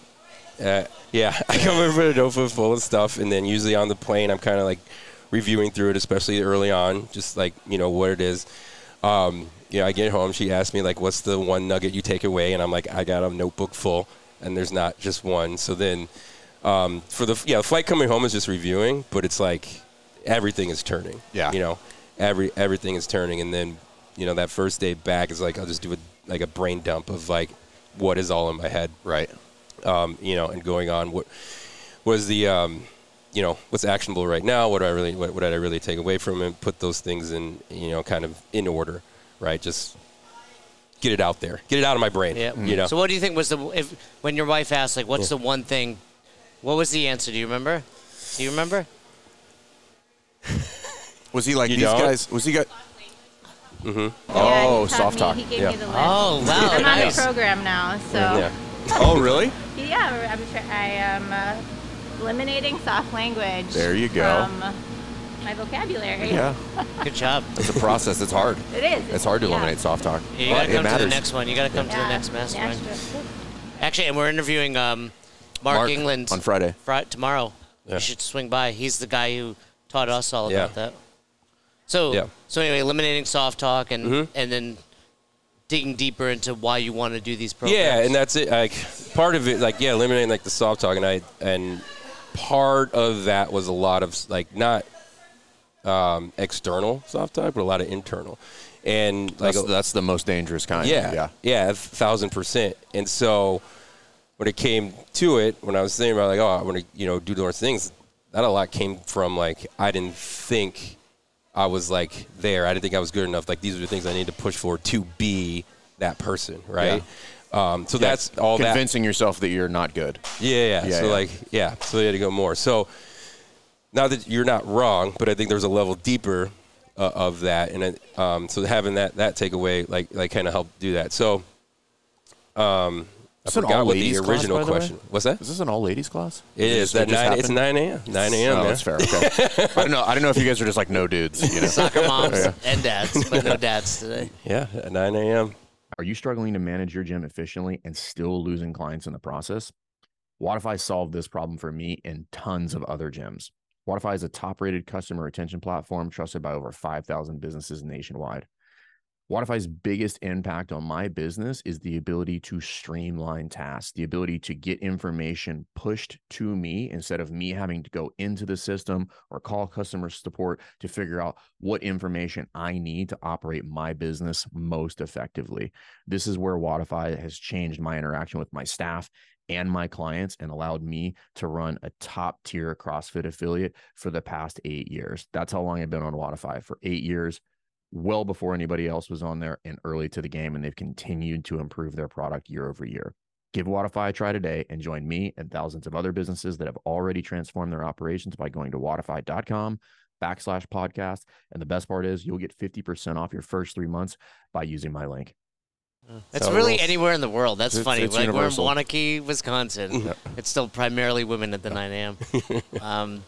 S4: Uh, yeah, I come over with a notebook full of stuff, and then usually on the plane, I'm kind of like reviewing through it, especially early on, just like you know what it is. Um, you know, I get home. She asks me like, "What's the one nugget you take away?" And I'm like, "I got a notebook full, and there's not just one." So then, um, for the yeah, the flight coming home is just reviewing, but it's like everything is turning.
S3: Yeah.
S4: you know, every everything is turning, and then you know that first day back is like I'll just do a, like a brain dump of like what is all in my head
S3: Right.
S4: um, you know, and going on what was the, um, you know, what's actionable right now? What do I really, what, what did I really take away from it? Put those things in, you know, kind of in order, right? Just get it out there, get it out of my brain,
S2: Yeah.
S4: Mm. you know.
S2: So what do you think was the if when your wife asked like, "What's the one thing?" What was the answer? Do you remember? Do you remember?
S3: Was he like
S4: You
S3: these
S4: don't?
S3: guys? Was he got?
S5: Yeah, he
S3: Oh,
S5: taught
S3: soft
S5: me-
S3: talk.
S5: He gave
S4: Yeah.
S5: me the list.
S3: Ah.
S2: Oh wow,
S5: I'm
S2: nice.
S5: on the program now, so
S4: yeah.
S5: yeah,
S3: Oh, really?
S5: I'm tra- I am uh, eliminating soft language.
S3: There you go.
S5: From my vocabulary.
S3: Yeah.
S2: Good job.
S3: It's a process. It's hard.
S5: It is.
S3: It's hard to
S5: yeah.
S3: eliminate soft talk.
S2: You gotta come
S3: But it
S2: to the
S3: matters.
S2: next one. You gotta come to the
S5: Yeah.
S2: next mastermind.
S5: Nashville.
S2: Actually, and we're interviewing um, Mark,
S3: Mark,
S2: England
S3: on Friday.
S2: Fri- tomorrow.
S4: Yeah.
S2: You should swing by. He's the guy who taught us all
S4: Yeah.
S2: about that. So,
S4: Yeah. Mm-hmm.
S2: so anyway, eliminating soft talk and and then digging deeper into why you want to do these programs.
S4: Yeah, and that's it. Like part of it, like yeah, eliminating like the soft talk, and I and part of that was a lot of like not um, external soft talk, but a lot of internal, and like
S3: That's, that's the most dangerous kind.
S4: Yeah,
S3: Yeah.
S4: yeah, a thousand percent. And so when it came to it, when I was thinking about like, oh, I want to, you know, do those things, that a lot came from like I didn't think I was like there. I didn't think I was good enough. Like these are the things I need to push for to be that person, right? Um, so that's all that.
S3: Convincing yourself that you're not good.
S4: Yeah, yeah.
S3: Yeah,
S4: so
S3: yeah.
S4: like, yeah. So you had to go more. So not that you're not wrong, but I think there's a level deeper uh, of that, and it, um, so having that that takeaway like like kind of helped do that. So um, I
S3: Is it
S4: forgot
S3: all
S4: what the
S3: ladies class,
S4: original
S3: by the way?
S4: question. What's that?
S3: Is this an all ladies class?
S4: It is that
S3: just
S4: nine. It's
S3: happened?
S4: nine a.m. Nine a.m.
S3: Oh,
S4: man.
S3: that's fair. Okay. I don't know. I don't know if you guys are just like no dudes. You know.
S2: soccer moms and dads, but no dads today.
S4: Yeah, at nine a.m.
S6: Are you struggling to manage your gym efficiently and still losing clients in the process? Wattify solved this problem for me and tons of other gyms. Wattify is a top rated customer retention platform trusted by over 5,000 businesses nationwide. Wattify's biggest impact on my business is the ability to streamline tasks, the ability to get information pushed to me instead of me having to go into the system or call customer support to figure out what information I need to operate my business most effectively. This is where Wattify has changed my interaction with my staff and my clients and allowed me to run a top tier CrossFit affiliate for the past eight years. That's how long I've been on Wattify for eight years well before anybody else was on there and early to the game, and they've continued to improve their product year over year. Give Wattify a try today and join me and thousands of other businesses that have already transformed their operations by going to wattify.com backslash podcast. And the best part is you'll get 50% off your first three months by using my link.
S2: It's
S4: So
S2: really
S4: we'll-
S2: anywhere in the world. That's
S3: It's-
S2: funny.
S3: it's
S2: like
S3: universal.
S2: we're in Wanakee, Wisconsin. It's still primarily women at the 9 a.m. um,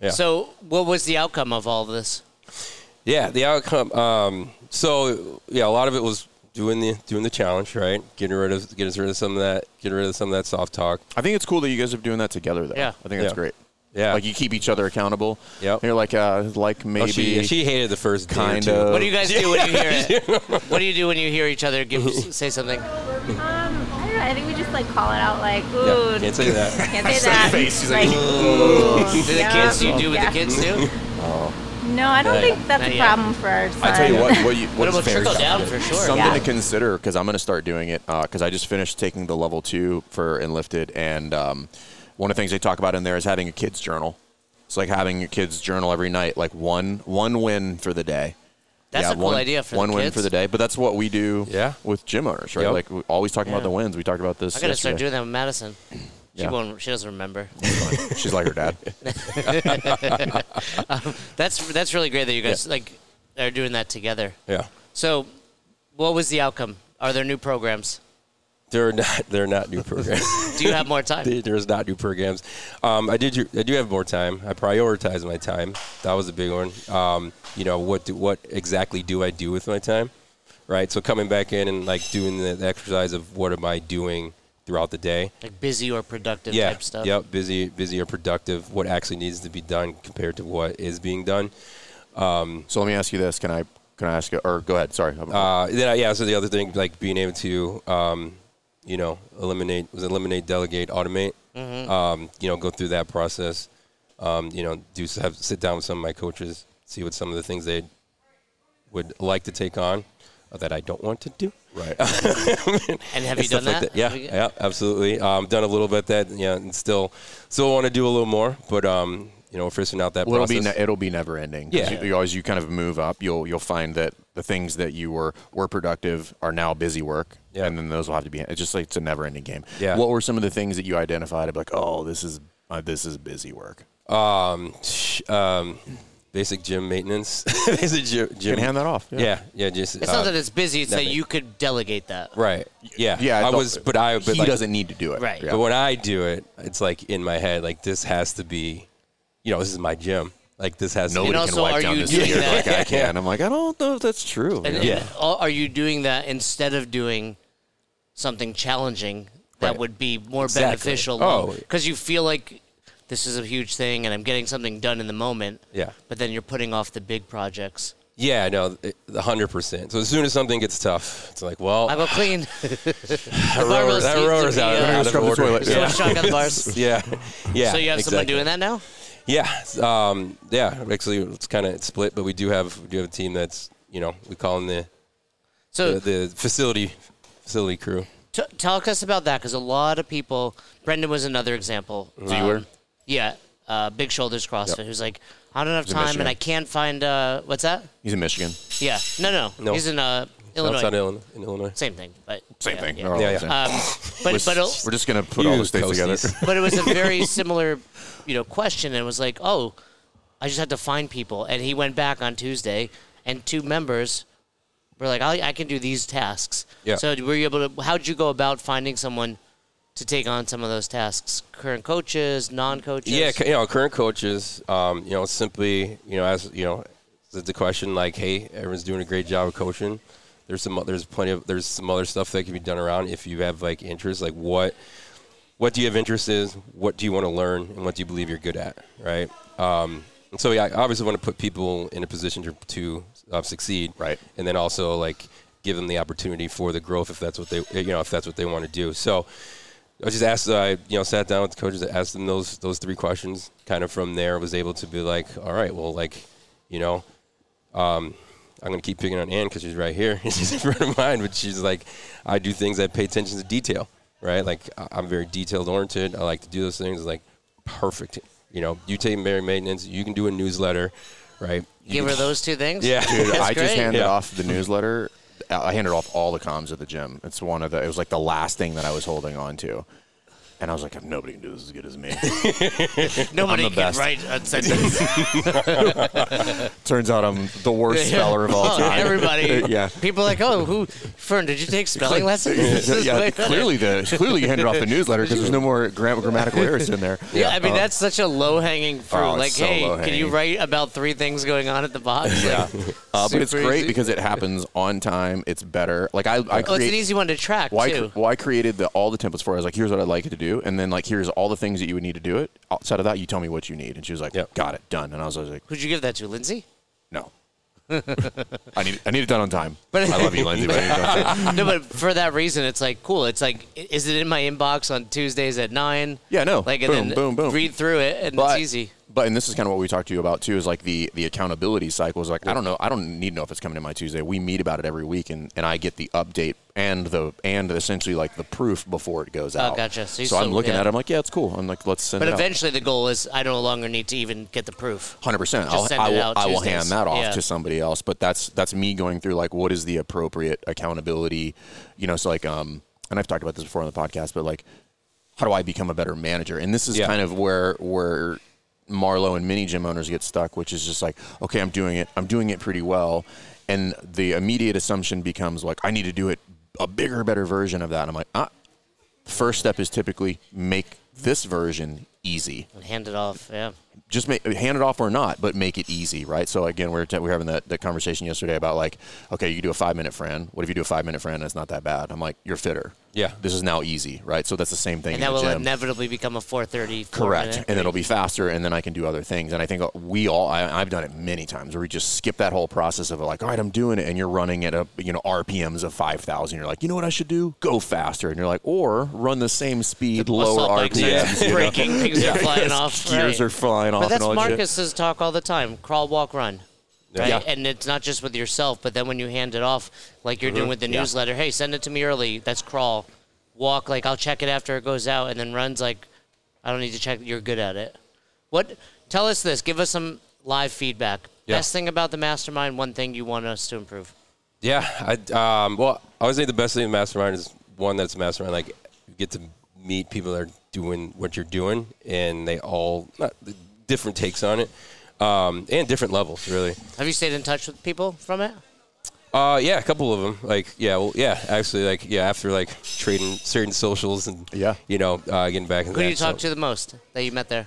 S4: Yeah.
S2: So, what was the outcome of all this?
S4: Yeah, the outcome. Um, so yeah, a lot of it was doing the doing the challenge, right? Getting rid of getting rid of some of that, getting rid of some of that soft talk.
S3: I think it's cool that you guys are doing that together, though.
S2: Yeah.
S3: I think that's
S4: Yeah.
S3: great.
S4: Yeah.
S3: Like you keep each other accountable.
S4: Yep.
S3: You're like, uh, like maybe.
S4: Oh, she, she hated the first day or
S3: Kind
S4: two.
S3: of.
S2: What do you guys
S4: Uh,
S2: do when you hear it? What do you do when you hear each other give say something?
S5: Um, I don't know. I think we just like call it out, like, ooh,
S4: Yeah, can't say that.
S5: can't say that.
S3: face, he's
S5: like,
S3: like,
S5: ooh.
S2: Do the
S5: Yeah.
S2: kids do you do what
S5: Yeah.
S2: the kids do?
S5: No, I don't
S4: Not
S5: think
S4: yet.
S5: that's
S2: Not
S5: a
S2: yet.
S5: problem for our son.
S3: I tell you what, what you
S2: What
S3: is
S2: about
S3: very
S2: trickle down for sure?
S3: Something
S5: Yeah.
S3: to consider because I'm going to start doing it because I just finished taking the level two for enlifted, and um, one of the things they talk about in there is having a kid's journal. It's like having a kid's journal every night, like one one win for the day.
S2: That's
S3: Yeah,
S2: a cool
S3: one,
S2: idea for
S3: one
S2: the
S3: win
S2: kids.
S3: for the day. But that's what we do.
S4: Yeah.
S3: with gym owners, right?
S4: Yep.
S3: Like we always talking
S2: Yeah.
S3: about the wins. We talked about this.
S2: I gotta start
S3: yesterday.
S2: doing that with Madison. She
S3: Yeah.
S2: won't. She doesn't remember.
S3: She's like her dad.
S2: That's that's really great that you guys like are doing that together.
S4: Yeah,
S2: So, what was the outcome? Are there new programs?
S4: they're not they're not new programs.
S2: Do you have more time?
S4: They- There's not new programs. Um, I did. ju- I do have more time. I prioritize my time. That was a big one. Um, you know what? Do, what exactly do I do with my time? Right. So coming back in and like doing the, the exercise of what am I doing throughout the day?
S2: like busy or productive
S4: yeah.
S2: type stuff.
S4: Yep. Busy, busy or productive. What actually needs to be done compared to what is being done.
S3: so let me ask you this: Can I can I ask you? Or go ahead. Sorry.
S4: Uh, then I, yeah. So the other thing, like being able to, um, you know, eliminate was eliminate, delegate, automate.
S2: Mm-hmm.
S4: Um, you know, go through that process. Um, you know, do s- have sit down with some of my coaches, see what some of the things they would like to take on uh, that I don't want to do.
S3: right.
S2: And have
S4: and
S2: you done
S4: stuff
S2: that?
S4: like Yeah,
S2: Have you-
S4: yeah, absolutely. Um, done a little bit that, yeah, and still, still want to do a little more, but um, you know, fishing out that
S3: Well, it'll
S4: process.
S3: be ne- it'll be never ending. 'Cause
S4: Yeah.
S3: You, you- as you kind of move up, you'll you'll find that the things that you were were productive are now busy work.
S4: Yeah.
S3: And then those will have to be. It's just like it's a never ending game.
S4: Yeah.
S3: What were some of the things that you identified? Of like, oh, this is uh, this is busy work.
S4: um, sh- um, basic gym maintenance. basic gym, gym.
S3: You can hand that off.
S4: Yeah, yeah, just
S2: It's
S4: uh,
S2: not that it's busy. It's that
S4: nothing.
S2: you could delegate that.
S4: right. Yeah,
S3: Yeah.
S4: I
S3: thought-
S4: was, but I, but
S3: he
S4: like,
S3: doesn't need to do it.
S2: Right.
S3: Yeah.
S4: But when I do it, it's like in my head, like this has to be, you know, this is my gym. Like this has
S2: And
S3: Nobody
S4: to.
S2: also,
S3: can
S2: are
S3: wipe down
S2: you
S3: this
S2: doing
S3: year
S2: that-
S3: like I can. I'm like, oh, I don't know if that's true.
S2: And,
S3: Yeah.
S2: and
S4: Yeah.
S2: all- are you doing that instead of doing something challenging that
S4: Right.
S2: would be more
S4: Exactly.
S2: beneficial?
S4: Oh.
S2: because you feel like this is a huge thing, and I'm getting something done in the moment.
S4: Yeah.
S2: but then you're putting off the big projects.
S4: Yeah, no, it- a hundred percent. So as soon as something gets tough, it's like, well,
S2: I go clean.
S4: that rower,
S2: Barbara's
S4: that
S2: needs to
S4: rower's
S2: be,
S4: out,
S2: uh,
S4: out of
S3: Scrub the
S4: order.
S3: toilet.
S4: Yeah.
S2: So shotgun bars.
S4: yeah, yeah.
S2: so you have someone
S4: exactly.
S2: doing that now.
S4: Yeah, s- um, yeah. Actually, it's kind of split, but we do have we do have a team that's you know we call them the
S2: So
S4: the, the facility facility crew.
S2: T- talk us about that because a lot of people. Brendan was another example. Um,
S3: Zeeler?
S2: yeah, uh, Big Shoulders CrossFit. Who's like, I don't have
S3: in
S2: time and
S3: Michigan.
S2: I can't find. Uh, what's that?
S3: He's in Michigan.
S2: Yeah, no, no,
S4: No.
S2: he's in uh, Illinois.
S4: Outside Illinois, in Illinois.
S2: Same thing, but
S3: Same
S2: yeah,
S3: thing. Oh.
S2: yeah.
S3: They're all
S4: Yeah,
S3: the
S4: yeah.
S2: Um,
S3: same.
S2: but but
S3: We're- We're just gonna put all
S4: You
S3: the states together.
S4: coasties.
S2: but it was a very similar, you know, question. And it was like, oh, I just had to find people. And he went back on Tuesday, and two members were like, I, I can do these tasks.
S4: Yeah.
S2: So were you able to? How'd you go about finding someone to take on some of those tasks? Current coaches, non-coaches.
S4: Yeah, c- you know, current coaches, um, you know, simply, you know, as you know, the, the question like, hey, everyone's doing a great job of coaching. There's some there's plenty of there's some other stuff that can be done around if you have like interest, like what what do you have interest in? What do you want to learn? And what do you believe you're good at? Right. Um, and so yeah, I obviously want to put people in a position to, to uh, succeed.
S3: Right.
S4: And then also like give them the opportunity for the growth if that's what they you know if that's what they want to do. So I just asked, uh, you know, sat down with the coaches, asked them those those three questions. Kind of from there, was able to be like, all right, well, like, you know, I'm gonna keep picking on Ann because she's right here. she's in front of mine, but she's like, I do things that pay attention to detail, right? Like I- I'm very detailed oriented. I like to do those things. Like perfect, you know. You take Mary maintenance. You can do a newsletter, right? You
S2: Give her
S4: can-
S2: those two things.
S4: Yeah.
S3: Dude,
S2: That's
S3: I just
S2: great.
S3: handed
S4: Yeah.
S3: off the newsletter. I handed off all the comms at the gym. It's one of the. It was like the last thing that I was holding on to, and I was like, "Nobody can do this as good as me."
S2: Nobody
S3: I'm
S2: can
S3: the best.
S2: write a sentence.
S3: Turns out I'm the worst speller of all
S2: Oh,
S3: time.
S2: Everybody.
S3: yeah.
S2: People are like, oh, who? Fern, did you take spelling lessons? This is
S3: yeah,
S2: way-
S3: clearly the clearly you handed off the newsletter because there's no more gram- grammatical errors in there.
S2: Yeah, I mean that's such a low hanging fruit.
S3: Oh, it's
S2: like,
S3: so
S2: hey, can you
S3: low-hanging.
S2: write about three things going on at the box? Yeah,
S3: Uh, but it's great because it happens on time. It's better. Like I, I create.
S2: oh, it's an easy one to track
S3: why,
S2: too.
S3: well, I created the, all the templates for it. I was like, here's what I'd like it to do. And then, like, here's all the things that you would need to do it. Outside of that, you tell me what you need. And she was like,
S4: Yep.
S3: got it, done. And I was, I was like,
S2: Who'd you give that to, Lindsay?
S3: no. I need I need it done on time.
S2: But-
S3: I love you, Lindsay. But I need it done on time.
S2: no, but for that reason, it's like cool. It's like, i- is it in my inbox on Tuesdays at nine?
S3: Yeah, no.
S2: Like, and
S3: Boom,
S2: then
S3: boom, boom.
S2: read through it, and it's easy.
S3: But and this is kind of what we talked to you about too is like the the accountability cycle is like I don't know I don't need to know if it's coming in my Tuesday. We meet about it every week and, and I get the update and the and essentially like the proof before it goes out.
S2: Oh, gotcha. So
S3: So,
S2: you
S3: I'm
S2: still-
S3: looking
S2: yeah.
S3: at it. I'm like, yeah, it's cool. I'm like, let's send
S2: But
S3: it out.
S2: eventually, the goal is I no longer need to even get the proof.
S3: Hundred percent.
S2: Just
S3: I'll,
S2: send
S3: I
S2: it
S3: will.
S2: out
S3: I will
S2: Tuesdays.
S3: hand that off
S2: Yeah.
S3: to somebody else. But that's that's me going through like what is the appropriate accountability, you know. So like um, and I've talked about this before on the podcast, but like, how do I become a better manager? And this is
S4: Yeah.
S3: kind of where where Marlowe and mini gym owners get stuck, which is just like, okay, I'm doing it. I'm doing it pretty well, and the immediate assumption becomes like, I need to do it a bigger, better version of that. And I'm like, ah. First step is typically make this version easy
S2: And hand it off. Yeah.
S3: just make, hand it off or not, but make it easy, right? So again, we are t- we were having that, that conversation yesterday about like, okay, you do a five minute friend. What if you do a five minute friend and it's not that bad? I'm like, you're fitter.
S4: Yeah.
S3: this is now easy, right? So that's the same thing.
S2: And
S3: in
S2: that
S3: the
S2: will
S3: gym.
S2: inevitably become a 4:30. four
S3: Correct,
S2: minute.
S3: and it'll be faster, and then I can do other things. And I think we all, I, I've done it many times, where we just skip that whole process of like, all right, I'm doing it, and you're running at a, you know, RPMs of five thousand. You're like, you know what I should do? Go faster, and you're like, or run the same speed, lower
S2: Assault bikes are
S3: RPMs. you know?
S2: breaking, things are flying off.
S3: Gears
S2: right.
S3: are flying off.
S2: But
S3: and
S2: that's
S3: all that shit.
S2: Marcus's talk all the time: crawl, walk, run. Right?
S4: Yeah.
S2: And it's not just with yourself, but then when you hand it off, like you're
S4: Mm-hmm.
S2: doing with the newsletter, hey, send it to me early. That's crawl, walk. Like I'll check it after it goes out, and then runs. Like I don't need to check. You're good at it. What? Tell us this. Give us some live feedback.
S4: Yeah.
S2: Best thing about the mastermind. One thing you want us to improve.
S4: Yeah, I um, well, I always think the best thing in mastermind is one that's mastermind. Like, you get to meet people that are doing what you're doing, and they all not, different takes on it, um, and different levels, really.
S2: Have you stayed in touch with people from it?
S4: Uh, yeah, a couple of them. Like, yeah, well, yeah, actually, like, yeah, after like trading certain socials and
S3: Yeah.
S4: you know, uh, getting back.
S2: Who do you talk to the most that you met there?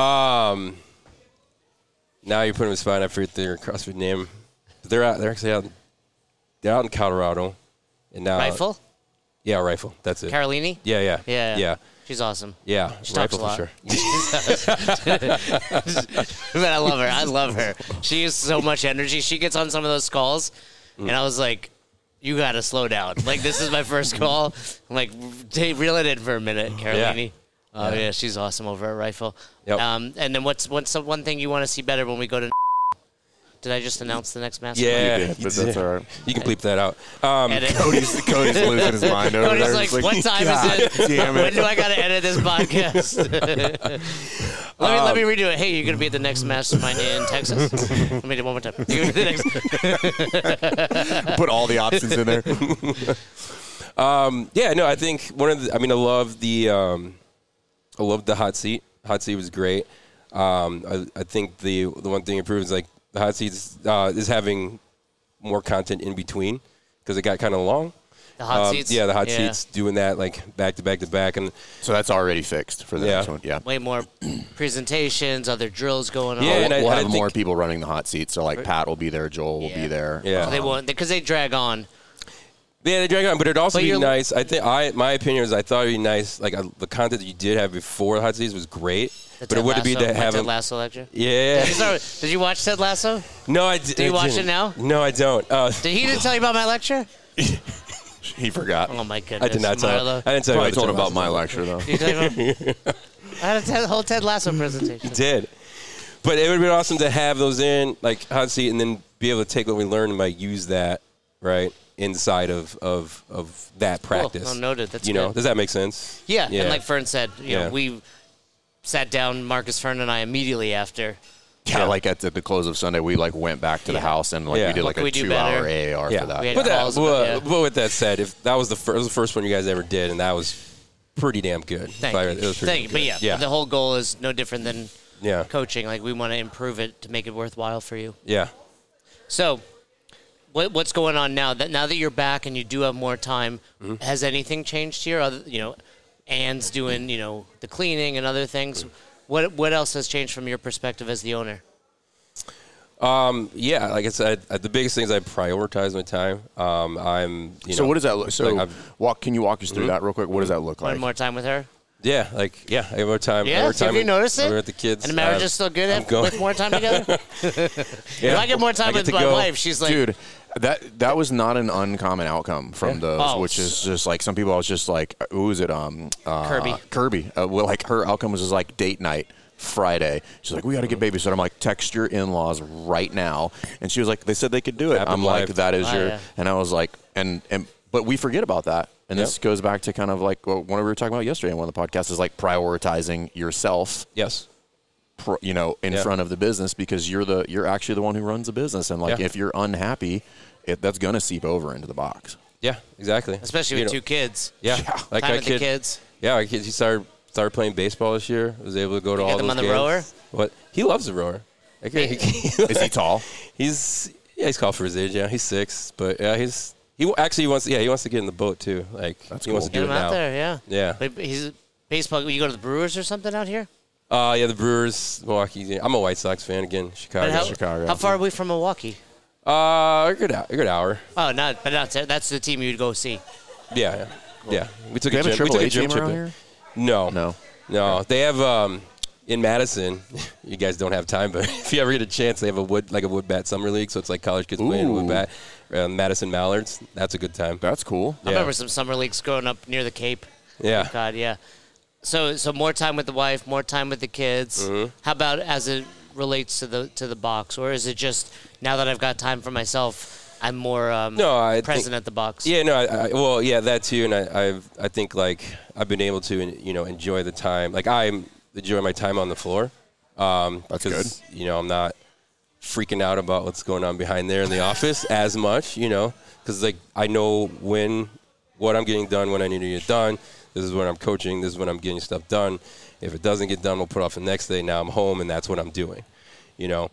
S4: Um, now you're putting me on the spot. and I forget their CrossFit name. They're out. They're actually out. They're out in Colorado, and now
S2: Rifle,
S4: Uh, Yeah, rifle. That's it.
S2: Carolini.
S4: Yeah, yeah,
S2: Yeah.
S4: yeah,
S2: She's awesome.
S4: yeah.
S2: She
S4: Rifle for
S2: talks a
S4: sure.
S2: lot. but I love her. I love her. She has so much energy. She gets on some of those calls, and I was like, "You gotta slow down." Like this is my first call. I'm like, "Hey, reel it in for a minute, Carolini." Oh yeah, she's awesome over at Rifle.
S4: Yep.
S2: Um, and then what's what's the one thing you want to see better when we go to? Did I just announce the next master?
S4: Yeah,
S3: You did, but that's all right.
S4: You can bleep that out. Um,
S2: Edit.
S3: Cody's, Cody's losing his mind over
S2: Cody's
S3: there.
S2: like,
S3: He's
S2: what time is it?
S3: Damn
S2: When
S3: it.
S2: do I gotta edit this podcast? let me let me redo it. Hey, you're gonna be at the next mastermind in Texas. let me do it one more time. You're gonna be at the next-
S3: Put all the options in there.
S4: yeah, no, I think one of the. I mean, I love the. Um, I love the hot seat. Hot seat was great. Um, I, I think the the one thing it proves like the hot seat uh, is having more content in between because it got kind of long.
S2: The hot
S4: Um,
S2: seats.
S4: Yeah, the hot seats doing that like back to back to back, and
S3: So that's already fixed for the
S4: Yeah.
S3: next one. Yeah.
S2: Way more presentations, other drills going
S4: Yeah,
S2: on.
S4: and I-
S3: we'll
S4: and
S3: have
S4: I
S3: more
S4: think-
S3: people running the hot seat. So like Pat will be there, Joel will
S2: Yeah.
S3: be there.
S4: Yeah.
S2: they won't because they drag on.
S4: Yeah, they drag on, but it'd also
S2: But
S4: be
S2: you're-
S4: nice. I think I my opinion is I thought it'd be nice. Like uh, the content that you did have before the hot seats was great,
S2: The
S4: but it
S2: Ted
S4: would be
S2: Lasso-
S4: to
S2: my
S4: have
S2: Ted
S4: him-
S2: Lasso lecture.
S4: Yeah.
S2: Is there- Did you watch Ted Lasso?
S4: No, I did.
S2: Do you watch it now?
S4: No, I don't. Uh,
S2: Did he didn't tell you about my lecture?
S3: He forgot.
S2: Oh my goodness!
S4: I did not tell.
S2: Marlo.
S4: I didn't tell. you
S3: Probably
S4: the
S3: told
S4: Ted
S3: about
S4: Lasso.
S3: my lecture though.
S2: You tell him- I had a Ted, whole Ted Lasso presentation.
S4: Did, but it would be awesome to have those in like hot seat, and then be able to take what we learned and like use that right inside of of of that practice.
S2: Well noted. That's
S4: you know,
S2: good.
S4: does that make sense?
S2: Yeah, and like Fern said, you
S4: Yeah.
S2: know, we sat down, Marcus Fern and I, immediately after.
S3: Yeah, like at the, the close of Sunday, we like went back to the
S2: Yeah.
S3: house and like
S4: Yeah.
S3: we did
S4: What
S3: like
S2: can
S3: a
S2: we do
S3: two-hour
S2: better?
S3: AAR
S4: yeah,
S3: for that.
S2: We had
S4: but, that,
S2: calls about-
S4: well,
S2: yeah.
S4: but with that said, if that was the first, was the first one you guys ever did, and that was pretty damn good.
S2: Thank
S4: Like, it
S2: you.
S4: was pretty
S2: Thank you.
S4: good.
S2: But yeah,
S4: yeah,
S2: the whole goal is no different than
S4: yeah,
S2: coaching. Like, we want to improve it to make it worthwhile for you.
S4: yeah.
S2: So, what, what's going on now? That now that you're back and you do have more time, has anything changed here? Other, you know, Anne's doing you know the cleaning and other things. What what else has changed from your perspective as the owner?
S4: yeah, like I said, I, the biggest thing is I prioritize my time. Um, I'm, you
S3: So
S4: know,
S3: what does that look? So
S4: like I've-
S3: walk. Can you walk us through that real quick? What does that look like?
S2: One more time with her.
S4: yeah, like yeah, I have more time.
S2: Yeah,
S4: more
S2: so
S4: time
S2: have you noticed it?
S4: I'm with the kids,
S2: And the marriage
S4: Um,
S2: is still good
S4: I'm
S2: if-
S4: going-
S2: with more time together.
S4: yeah.
S2: If I get more time
S4: get
S2: with
S4: to
S2: my
S4: go.
S2: wife, she's like,
S3: dude that that was not an uncommon outcome from those
S2: Oh,
S3: which is
S2: s-
S3: just like some people i was just like who is it um uh,
S2: Kirby.
S3: kirby uh, well like her outcome was just like date night friday she's like we got to get babysitter i'm like text your in-laws right now and she was like they said they could do it
S4: Happened
S3: i'm like
S4: live.
S3: that is
S2: Oh,
S3: your
S2: yeah.
S3: and i was like and and but we forget about that and this
S4: Yep.
S3: goes back to kind of like what what we were talking about yesterday in one of the podcasts is like prioritizing yourself
S4: yes,
S3: pro, you know in
S4: Yeah.
S3: front of the business because you're the you're actually the one who runs the business and like
S4: Yeah.
S3: if you're unhappy it, that's gonna seep over into the box
S4: yeah, exactly.
S2: especially
S4: You
S2: with
S4: know,
S2: two kids.
S4: Yeah, like
S2: time
S4: my
S2: with
S4: kid,
S2: the kids.
S4: Yeah, my kid, he started started playing baseball this year. Was able to go to
S2: You
S4: all
S2: got him
S4: those
S2: on the
S4: games.
S2: rower?
S4: What he loves the rower. Okay,
S3: is he tall
S4: he's yeah, he's called for his age. Yeah, he's six, but yeah, he's he actually wants yeah he wants to get in the boat too. Like he wants to
S3: cool.
S4: do
S2: Get
S4: it
S2: him
S4: now.
S2: out there, yeah.
S4: Yeah.
S2: But he's baseball. You go to the Brewers or something out here.
S4: Uh, yeah, the Brewers, Milwaukee. yeah. I'm a White Sox fan again. Chicago.
S2: But how,
S3: Chicago.
S2: how far are we from Milwaukee?
S4: Uh, a good, hou- a good hour.
S2: Oh, not but not that's the team you'd go see.
S4: Yeah, yeah. yeah. We took
S3: Do
S4: a
S3: they
S4: gym.
S3: have a
S4: we took
S3: AAA
S4: a gym
S3: team
S4: trip.
S3: around
S4: in-
S3: here?
S4: No,
S3: No.
S4: no. They have um in Madison. You guys don't have time, but if you ever get a chance, they have a wood like a wood bat summer league. So it's like college kids playing wood
S3: Ooh.
S4: bat. Uh, Madison Mallards. That's a good time.
S3: that's cool
S2: I
S4: Yeah.
S2: remember some summer leagues growing up near the Cape.
S4: Yeah.
S2: God, yeah. So so more time with the wife, more time with the kids.
S4: Mm-hmm.
S2: How about as it relates to the to the box, or is it just now that I've got time for myself, I'm more um,
S4: No, I think-
S2: present at the box?
S4: Yeah, no, I, I, well, yeah, that too, and I, I've, I think like I've been able to, you know, enjoy the time. Like I'm enjoy my time on the floor. Um,
S3: That's
S4: 'cause, You know, I'm not freaking out about what's going on behind there in the office as much. You know, because like I know when what I'm getting done, when I need to get done. This is when I'm coaching. This is when I'm getting stuff done. If it doesn't get done, we'll put off the next day. Now I'm home, and that's what I'm doing. You know,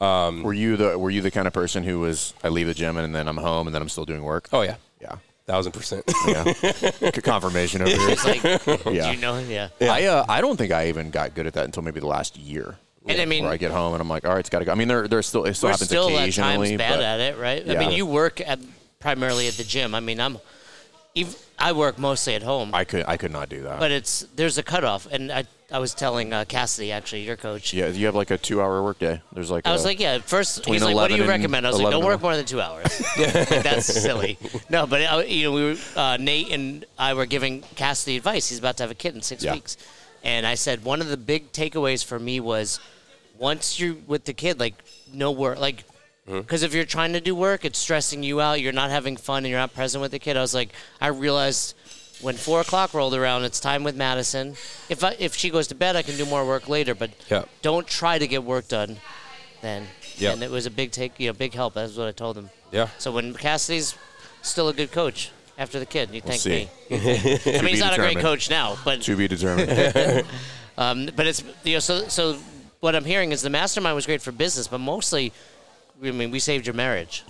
S3: were you the were you the kind of person who was i leave the gym and then i'm home and then i'm still doing work
S4: oh yeah,
S3: yeah
S4: thousand percent.
S3: yeah confirmation over here
S2: It's like,
S3: Yeah.
S2: do you know? Yeah.
S3: I uh, I don't think I even got good at that until maybe the last year.
S2: And I mean-
S3: where I get home and I'm like, all right, it's got to go. I mean, there, there's still it still
S2: We're
S3: happens
S2: still at times
S3: occasionally.
S2: bad
S3: but-
S2: at it, right? I
S3: Yeah.
S2: mean, you work at primarily at the gym. I mean, I'm, ev I work mostly at home.
S3: I could I could not do that.
S2: but it's there's a cutoff, and I I was telling uh, Cassidy actually, your coach.
S3: yeah, you have like a two hour workday. There's like
S2: I was
S3: a-
S2: like, yeah. At first, he's
S3: Between
S2: like, "What do
S3: 11
S2: you
S3: and
S2: recommend?" I was like,
S3: 11
S2: "Don't
S3: and
S2: work more than two hours." Like, that's silly. No, but uh, you know, we were uh, Nate and I were giving Cassidy advice. He's about to have a kid in six
S3: Yeah.
S2: weeks, and I said one of the big takeaways for me was once you're with the kid, like no work, like
S3: Mm-hmm.
S2: because if you're trying to do work, it's stressing you out. You're not having fun, and you're not present with the kid. I was like, I realized when four o'clock rolled around, it's time with Madison. If I, if she goes to bed, I can do more work later. But
S4: Yeah.
S2: don't try to get work done then.
S4: Yeah.
S2: And it was a big take, you know, big help. That's what I told him.
S4: Yeah.
S2: So when Cassidy's still a good coach after the kid, you thank
S3: see.
S2: me. You thank- I mean, he's
S3: be
S2: not a great
S3: determined.
S2: coach now, but
S3: to be determined.
S2: um, but it's you know so so what I'm hearing is the mastermind was great for business, but mostly I mean, we saved your marriage.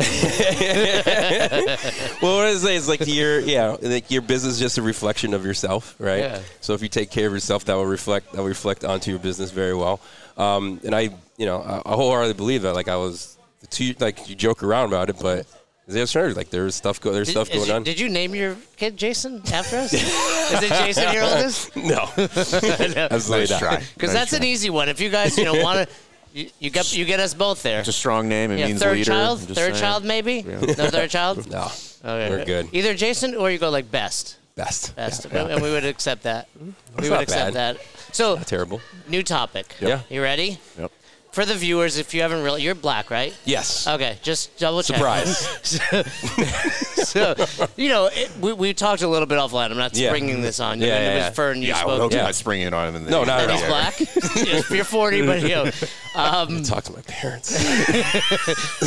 S4: Well, what I say is like your yeah, like your business is just a reflection of yourself, right?
S2: Yeah.
S4: So if you take care of yourself, that will reflect that will reflect onto your business very well. Um, and I, you know, I, I wholeheartedly believe that. Like I was, too, like you joke around about it, but there's sure, like there's stuff go, there's stuff
S2: Is
S4: going
S2: you-
S4: on.
S2: Did you name your kid Jason after us? Is it Jason your oldest?
S4: no, absolutely
S3: Nice
S4: not.
S3: try.
S2: Because
S3: Nice
S2: that's
S3: try.
S2: an easy one. If you guys, you know, want to, you, you get you get us both there.
S3: It's a strong name. It
S2: yeah,
S3: means
S2: third
S3: leader.
S2: child,
S3: I'm just
S2: third
S3: saying.
S2: child maybe. No third child.
S4: No,
S2: Okay.
S4: we're good.
S2: Either Jason or you go like best,
S4: Best,
S2: best,
S4: Yeah.
S2: and we would accept that. we would
S4: not
S2: accept
S4: bad.
S2: that. So
S4: Not terrible.
S2: new topic.
S4: Yeah.
S2: You ready?
S3: Yep.
S2: For the viewers, if you haven't really, you're black, right?
S4: Yes.
S2: Okay, just double check.
S4: Surprise.
S2: so, you know, it, we, we talked a little bit offline. I'm not
S4: Yeah.
S2: springing this on you.
S4: Yeah,
S2: and it
S4: yeah,
S2: was
S4: yeah.
S2: Fern you
S3: Yeah, I
S2: spoke
S3: hope
S2: to.
S3: you're
S4: Yeah.
S3: not springing it on him. In the
S4: No, not at
S2: He's
S4: all.
S2: black. Yes, you're 40, but you know, um,
S4: Talk to my parents.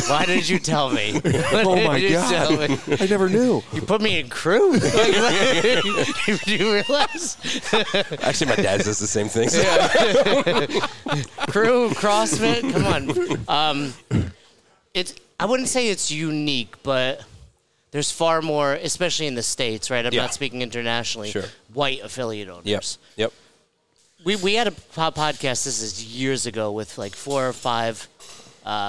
S2: why did you tell me? oh
S1: my God. I never knew.
S2: You put me in crew. Like, you- do you realize
S4: Actually, my dad does the same thing. so-
S2: crew CrossFit? Come on. Um, it's I wouldn't say it's unique, but there's far more, especially in the states, right? I'm
S4: Yeah.
S2: not speaking internationally.
S4: Sure.
S2: White affiliate owners.
S4: Yep. Yep.
S2: We we had a po- podcast. This is years ago with like four or five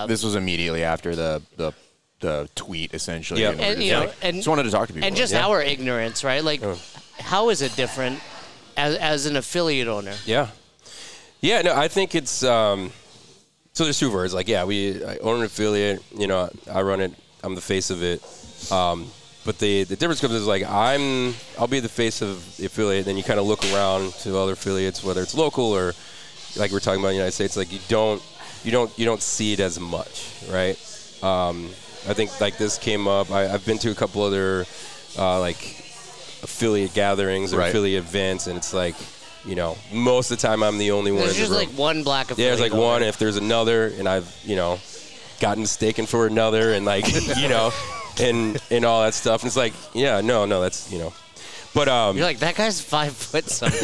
S3: This was immediately after the the, the tweet, essentially.
S4: Yeah.
S3: we were
S2: And,
S3: just
S2: you know,
S3: like-
S2: and-
S3: just wanted to talk to people.
S2: and just
S3: yeah.
S2: our ignorance, right? Like, how is it different as, as an affiliate owner?
S4: Yeah. Yeah, no, I think it's um, so there's two words. Like, yeah, we I own an affiliate, you know, I run it, I'm the face of it. Um, but the the difference comes is like I'm I'll be the face of the affiliate, then you kinda look around to other affiliates, whether it's local or like we're talking about in the United States, like you don't you don't you don't see it as much, right? Um, I think like this came up. I, I've been to a couple other uh, like affiliate gatherings or
S3: Right.
S4: affiliate events, and it's like, you know, most of the time I'm the only one.
S2: There's
S4: in the
S2: just
S4: room.
S2: like one black
S4: yeah,
S2: affiliate.
S4: there's like
S2: owner.
S4: one. If there's another, and I've you know, gotten mistaken for another, and like you know, and and all that stuff. And it's like, yeah, no, no, that's you know, but um,
S2: You're like that guy's five foot something.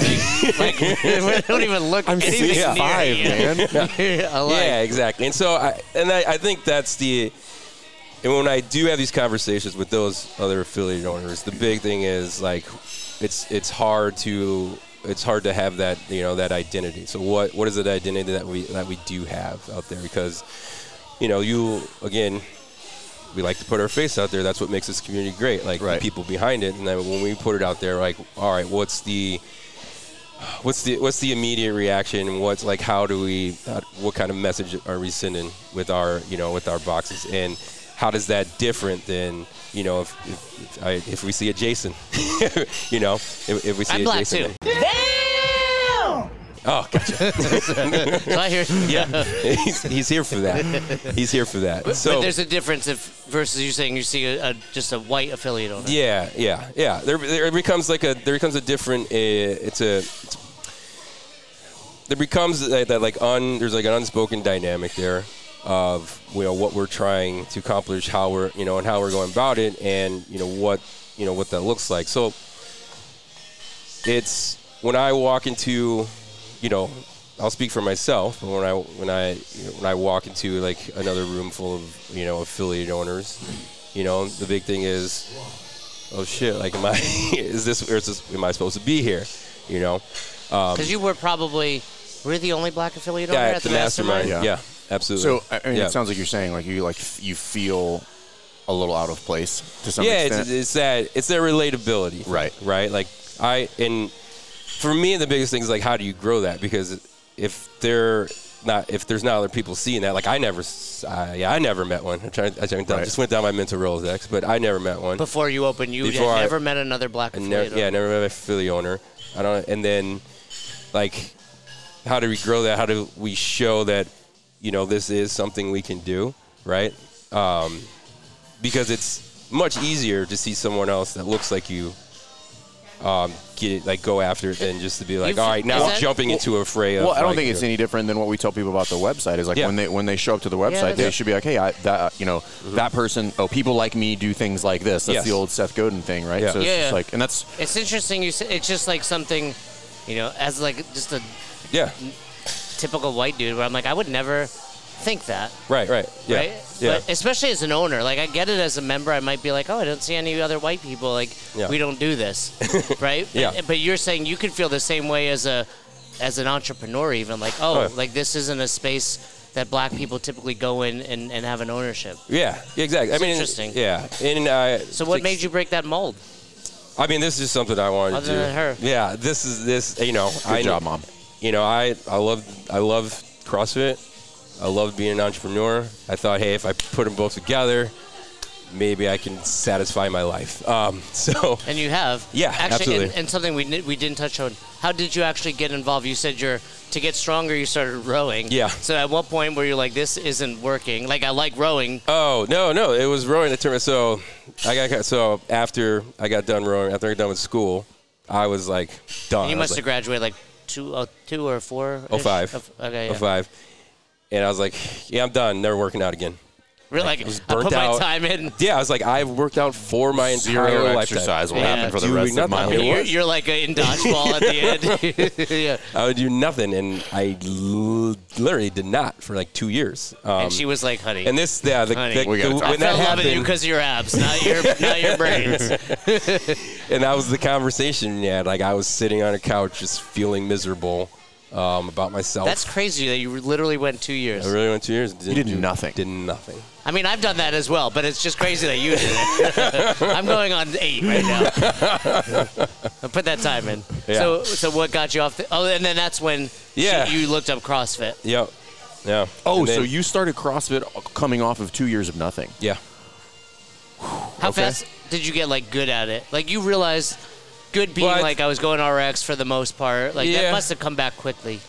S2: like we don't even look. I'm anything
S4: six
S2: near
S4: five,
S2: you. I like-
S4: yeah, exactly. And so I and I, I think that's the and when I do have these conversations with those other affiliate owners, the big thing is like it's it's hard to it's hard to have that you know that identity. So what what is that identity that we that we do have out there? Because you know you again we like to put our face out there. That's what makes this community great. Like
S3: Right.
S4: the people behind it, and then when we put it out there, like all right, what's the what's the what's the immediate reaction and what's like how do we uh, what kind of message are we sending with our you know with our boxes and how does that different than you know if if, if, I, if we see a Jason you know if, if we see
S2: I'm
S4: a
S2: black
S4: Jason
S2: too.
S5: Damn!
S4: oh gotcha
S2: So I hear. Yeah.
S4: he's, he's here for that he's here for that so
S2: but there's a difference if versus you saying you see a, a just a white affiliate owner.
S4: Yeah, yeah, yeah. There, there becomes like a there becomes a different. Uh, it's a it's, there becomes that, that like un there's like an unspoken dynamic there of you know what we're trying to accomplish, how we're you know and how we're going about it, and you know what you know what that looks like. So it's when I walk into you know. I'll speak for myself, but when I when I you know, when I walk into like another room full of you know affiliate owners, you know the big thing is oh shit, like am I is this or is this am I supposed to be here? You know?
S2: Because you were probably we're you the only black affiliate owner
S4: Yeah,
S2: at the mastermind.
S4: Yeah.
S3: Yeah.
S4: absolutely.
S3: So I I mean,
S4: yeah.
S3: it sounds like you're saying like you like f- you feel a little out of place to some
S4: yeah,
S3: extent.
S4: it's, it's that it's that relatability,
S3: Right.
S4: Right. Like I and for me, the biggest thing is like how do you grow that? Because if they're not if there's not other people seeing that, like I never, s- I, yeah, I never met one. I'm trying, I'm trying to, I
S3: Right.
S4: just went down my mental Rolodex, but I never met one.
S2: Before you opened, you
S4: Before I-
S2: had never met another black
S4: I
S2: affiliate
S4: never,
S2: owner.
S4: yeah, I never met a Philly owner. I don't, and then like, how do we grow that? How do we show that you know this is something we can do, right? Um, because it's much easier to see someone else that looks like you. Um, get it, like go after it than just to be like,
S2: You've-
S4: all right, now
S2: is
S4: I'm
S2: that-
S4: jumping into a fray. Of,
S3: well, I don't
S4: like,
S3: think it's any different than what we tell people about the website. Is like
S4: Yeah.
S3: when they when they show up to the website,
S2: that's-
S3: they should be like, hey, I, that uh, you know that person. Oh, people like me do things like this. That's
S4: Yes.
S3: the old Seth Godin thing, right?
S4: Yeah.
S3: So it's
S2: Yeah.
S3: just like, and that's
S2: It's interesting. You. Say, it's just like something, you know, as like just a
S4: yeah,
S2: Mm, typical white dude where I'm like, I would never think that,
S4: Right, right. Yeah.
S2: right?
S4: Yeah.
S2: But especially as an owner, like I get it as a member, I might be like, oh, I don't see any other white people. Like
S4: Yeah.
S2: we don't do this, right?
S4: Yeah.
S2: But, but you're saying you could feel the same way as a as an entrepreneur, even like, oh,
S4: Oh, yeah.
S2: like this isn't a space that black people typically go in and, and have an ownership.
S4: yeah, yeah, exactly. I mean,
S2: interesting.
S4: Yeah. And uh,
S2: So what made you break that mold?
S4: I mean, this is just something I wanted
S2: Other
S4: to. do.
S2: than her.
S4: Yeah, this is this. You know,
S6: Good
S4: I know-
S6: job, mom.
S4: You know, I I love I love CrossFit. I love being an entrepreneur. I thought, hey, if I put them both together, maybe I can satisfy my life. Um, so
S2: And you have.
S4: Yeah,
S2: actually,
S4: absolutely.
S2: And, and something we, ni- we didn't touch on. How did you actually get involved? You said you're to get stronger. You started rowing.
S4: Yeah.
S2: So at what point were you like, this isn't working? Like I like rowing.
S4: Oh no, no, it was rowing the tournament. So I got so after I got done rowing, after I got done with school, I was like done.
S2: you
S4: I
S2: must
S4: was
S2: have
S4: like,
S2: graduated like two, oh, two or four.
S4: Oh five.
S2: Okay.
S4: Oh
S2: yeah.
S4: five. And I was like, yeah, I'm done. Never working out again.
S2: Really, like,
S4: was
S2: I put
S4: burnt
S2: my
S4: out.
S2: time in.
S4: Yeah, I was like, I've worked out for my entire
S3: Zero
S4: lifetime.
S3: exercise will
S2: Yeah.
S3: happen for the
S4: Doing
S3: rest of my
S4: nothing.
S3: life.
S4: It
S2: You're,
S4: was.
S2: you're like a, in dodgeball at the end. yeah.
S4: I would do nothing, and I l- literally did not for like two years. Um,
S2: and she was like, honey.
S4: and this, yeah, the,
S2: Honey,
S4: the-
S3: we gotta
S4: the-
S3: talk.
S4: when
S2: I
S4: that
S2: fell in love
S4: happened, Oh.
S2: with you because of your abs, not your not your brains.
S4: and that was the conversation. Yeah, like I was sitting on a couch, just feeling miserable um, about myself.
S2: That's crazy that you literally went two years.
S4: I really went two years. and Didn't
S3: did
S4: do-
S3: nothing.
S4: Did nothing.
S2: I mean, I've done that as well, but it's just crazy that you did it. I'm going on eight right now. I put that time in.
S4: Yeah.
S2: So, so what got you off? The, oh, and then that's when she-
S4: Yeah.
S2: you looked up CrossFit.
S4: Yep. Yeah.
S3: Oh,
S4: And then-
S3: so you started CrossFit coming off of two years of nothing.
S4: Yeah.
S2: How
S4: Okay.
S2: fast did you get like good at it? Like you realized good being
S4: Well, I-
S2: like I was going RX for the most part. Like that
S4: Yeah.
S2: must have come back quickly.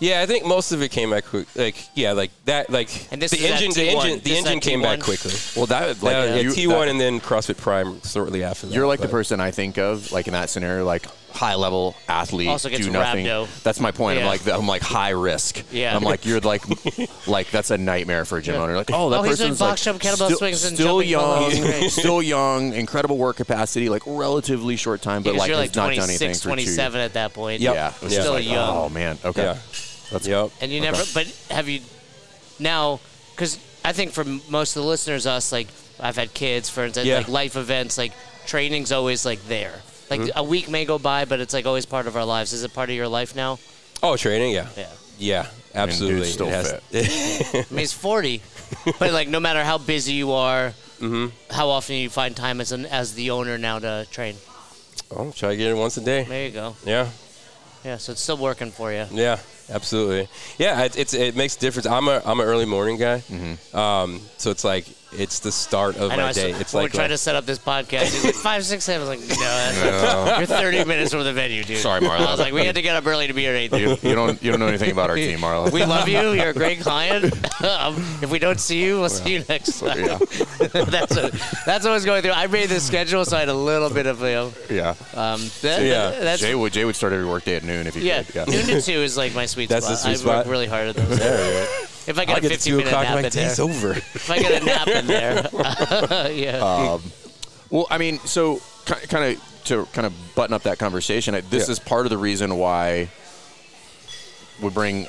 S4: Yeah, I think most of it came back quick. Like, yeah, like that. Like
S2: And this
S4: the
S2: is at
S4: engine, the
S2: T1.
S4: engine, the
S2: This is
S4: engine
S2: at
S4: came back
S2: T1.
S4: quickly.
S3: Well, that like
S4: Like yeah,
S3: you-
S4: T1
S3: that-
S4: and then CrossFit Prime shortly after that.
S3: You're like
S4: but-
S3: the person I think of, like in that scenario, like high level athlete,
S2: Also gets
S3: do nothing.
S2: rhabdo.
S3: That's my point.
S2: Yeah.
S3: I'm like, I'm like high risk.
S2: Yeah.
S3: I'm like, you're like, like that's a nightmare for a gym owner. Like, oh, that
S2: Oh, he's doing
S3: person's
S2: box jump,
S3: like
S2: kettlebell
S3: still,
S2: swings, and
S3: still
S2: jumping
S3: young,
S2: pull-ups. Great.
S3: still young, incredible work capacity, like relatively short time, but
S2: Because
S3: like
S2: you're like
S3: has not done anything
S2: 26,
S3: for two years.
S2: 27 at that point.
S3: Yeah, it was
S4: Yeah.
S3: just
S2: Still
S3: like,
S2: young.
S3: Oh man, okay.
S4: Yeah.
S3: That's
S4: Yep.
S2: And you never, but have you now? Because I think for m- most of the listeners, us like I've had kids, for instance,
S4: Yeah.
S2: like life events, like training's always like there. Like
S3: Mm-hmm.
S2: a week may go by, but it's like always part of our lives. Is it part of your life now?
S4: Oh, training. Yeah.
S2: Yeah.
S4: Yeah. Absolutely.
S3: dude's still
S4: It has-
S2: I mean, it's forty, but like no matter how busy you are, how often you find time as an as the owner now to train.
S4: oh, try to get in once a day.
S2: There you go.
S4: Yeah.
S2: Yeah, so it's still working for you.
S4: Yeah, absolutely. Yeah, it, it's it makes a difference. I'm a I'm an early morning guy,
S3: Mm-hmm.
S4: um, so it's like it's the start of
S2: I know.
S4: my
S2: I
S4: day.
S2: saw-
S4: it's
S2: when
S4: like,
S2: we're trying to
S4: like-
S2: set up this podcast. He's like five, six, seven. I was like, no, that's, you're 30 minutes from the venue, dude.
S3: Oh, Sorry, Marlo.
S2: I was like, we had to get up early to be here at 8.
S3: You, you don't you don't know anything about our team, Marlo.
S2: We love you. You're a great client. um, if we don't see you, we'll see you next time.
S3: yeah,
S2: that's what, that's what I was going through. I made the schedule, so I had a little bit of you know,
S3: yeah.
S2: um, that,
S4: Yeah.
S2: That's
S3: Jay would Jay would start every workday at noon if he
S2: yeah.
S3: could. Yeah.
S2: Noon to two is like my sweet
S4: That's
S2: spot.
S4: the sweet
S2: I work
S4: spot.
S2: really hard at those. If I get
S4: I
S2: a
S4: get to
S2: 15
S4: two
S2: minute
S4: o'clock,
S2: nap
S4: my
S2: in there,
S4: day's over.
S2: if I get a nap in there, yeah.
S3: Oh, Well, I mean, so kind of to kind of button up that conversation, I- this
S4: Yeah.
S3: is part of the reason why we bring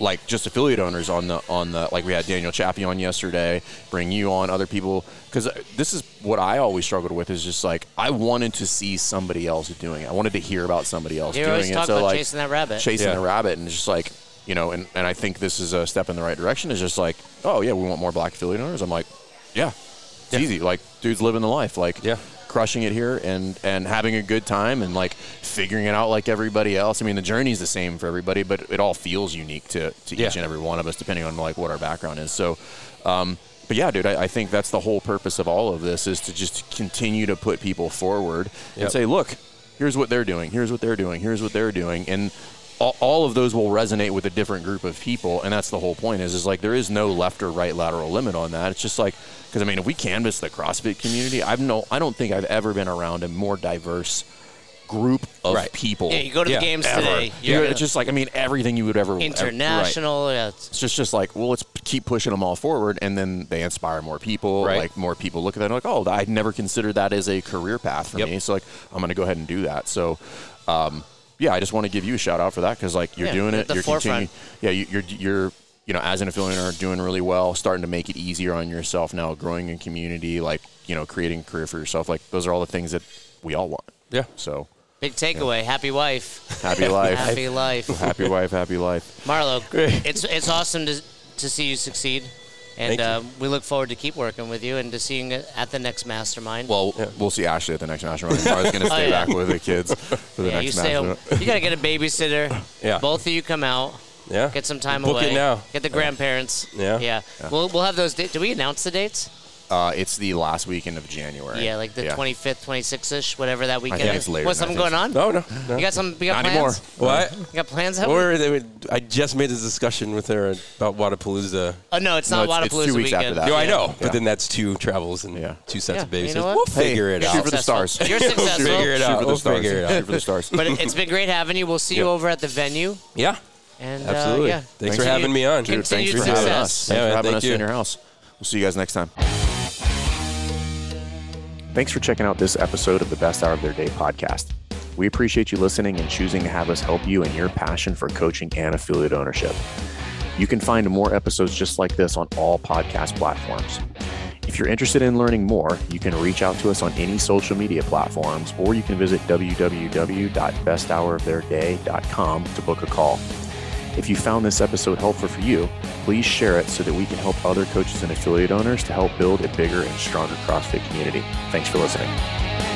S3: like just affiliate owners on the on the like we had Daniel Chappie on yesterday, bring you on other people because this is what I always struggled with is just like I wanted to see somebody else doing it. I wanted to hear about somebody else
S2: You
S3: doing
S2: always
S3: it.
S2: talk
S3: so
S2: about
S3: like
S2: chasing that rabbit.
S3: chasing
S4: Yeah.
S3: the rabbit and just like you know and, and i think this is a step in the right direction is just like oh yeah we want more black affiliate owners i'm like yeah it's easy like dude's living the life like
S4: Yeah.
S3: crushing it here and and having a good time and like figuring it out like everybody else i mean the journey's the same for everybody but it all feels unique to, to
S4: Yeah.
S3: each and every one of us depending on like what our background is so um but yeah, dude, I, I think that's the whole purpose of all of this is to just continue to put people forward and
S4: Yep.
S3: say, look, here's what they're doing, here's what they're doing, here's what they're doing, and all, all of those will resonate with a different group of people, and that's the whole point. Is is like there is no left or right lateral limit on that. It's just like because I mean, if we canvass the CrossFit community, I've no, I don't think I've ever been around a more diverse group of
S4: Right.
S3: people.
S2: yeah, you go to
S4: Yeah,
S2: the games
S3: ever.
S2: today.
S3: You
S2: you're
S3: know, It's just like I mean, everything you would ever ever- right
S2: international. Yeah, it's-
S3: it's just just like well let's keep pushing them all forward and then they inspire more people
S4: Right.
S3: like more people look at that and like oh i'd never considered that as a career path for
S4: Yep.
S3: me so like i'm gonna go ahead and do that so um, yeah i just want to give you a shout out for that because like you're
S2: Yeah,
S3: doing
S2: at
S3: it
S2: the
S3: you're
S2: forefront.
S3: continuing yeah you, you're you're you you know, as an affiliate owner, doing really well, starting to make it easier on yourself now, growing in community, like you know, creating a career for yourself. Like those are all the things that we all want.
S4: Yeah.
S3: So
S2: Big takeaway. Happy wife.
S3: happy life,
S2: Happy life.
S3: happy wife, happy life.
S2: Marlo,
S4: Great.
S2: it's it's awesome to to see you succeed, and
S4: Thank you.
S2: um, we look forward to keep working with you and to seeing it at the next mastermind.
S3: Well, we'll see Ashley at the next national. Run. I was going to stay
S2: Oh, yeah.
S3: back with the kids for the
S2: yeah,
S3: next
S2: you stay
S3: national.
S2: home. You gotta get a babysitter.
S4: Yeah.
S2: Both of you come out.
S4: Yeah.
S2: Get some time
S4: Book
S2: away.
S4: it now.
S2: Get the grandparents.
S4: Yeah.
S2: Yeah. We'll we'll have those. Da- Do we announce the dates?
S3: Uh, it's the last weekend of January.
S2: Yeah, like the 25th, 26th ish, whatever that weekend.
S3: think
S2: is.
S3: it's later
S2: What's
S3: than
S2: something
S3: I
S2: going
S3: think.
S2: on?
S4: No, no, no.
S2: You got some? You got
S3: Not anymore.
S2: plans?
S4: what?
S2: You got plans? That
S4: Or
S2: week?
S4: they would, I just made this discussion with her about Wadapalooza.
S2: Oh no, it's
S3: No,
S2: not Wadapalooza
S3: it's- it's two weeks
S2: weekend.
S3: after that.
S4: No, I
S3: Yeah.
S4: know,
S3: Yeah.
S4: but then that's two travels and
S3: Yeah.
S4: two sets
S2: Yeah,
S4: of
S2: you
S4: babies.
S2: know what?
S4: we'll figure it
S3: shoot
S4: out.
S3: for the
S2: Successful.
S3: stars.
S2: You're successful.
S4: Figure it
S3: Shoot
S4: out.
S3: for the
S4: We'll
S3: stars.
S4: figure it out.
S3: Shoot for the stars.
S2: But it- it's been great having you. We'll see you
S4: Yeah.
S2: over at the venue.
S4: Yeah,
S2: And
S4: absolutely.
S2: Uh, yeah.
S4: Thanks, for having me on.
S2: Dude,
S3: Thanks
S2: Continued
S3: for having
S2: success.
S4: Yeah,
S3: us. Thanks for
S4: man,
S3: having
S4: thank
S3: us
S4: you.
S3: in your house. We'll see you guys next time.
S1: Thanks for checking out this episode of the Best Hour of Their Day podcast. We appreciate you listening and choosing to have us help you in your passion for coaching and affiliate ownership. You can find more episodes just like this on all podcast platforms. If you're interested in learning more, you can reach out to us on any social media platforms or you can visit www.besthouroftheirday.com to book a call. If you found this episode helpful for you, please share it so that we can help other coaches and affiliate owners to help build a bigger and stronger CrossFit community. Thanks for listening.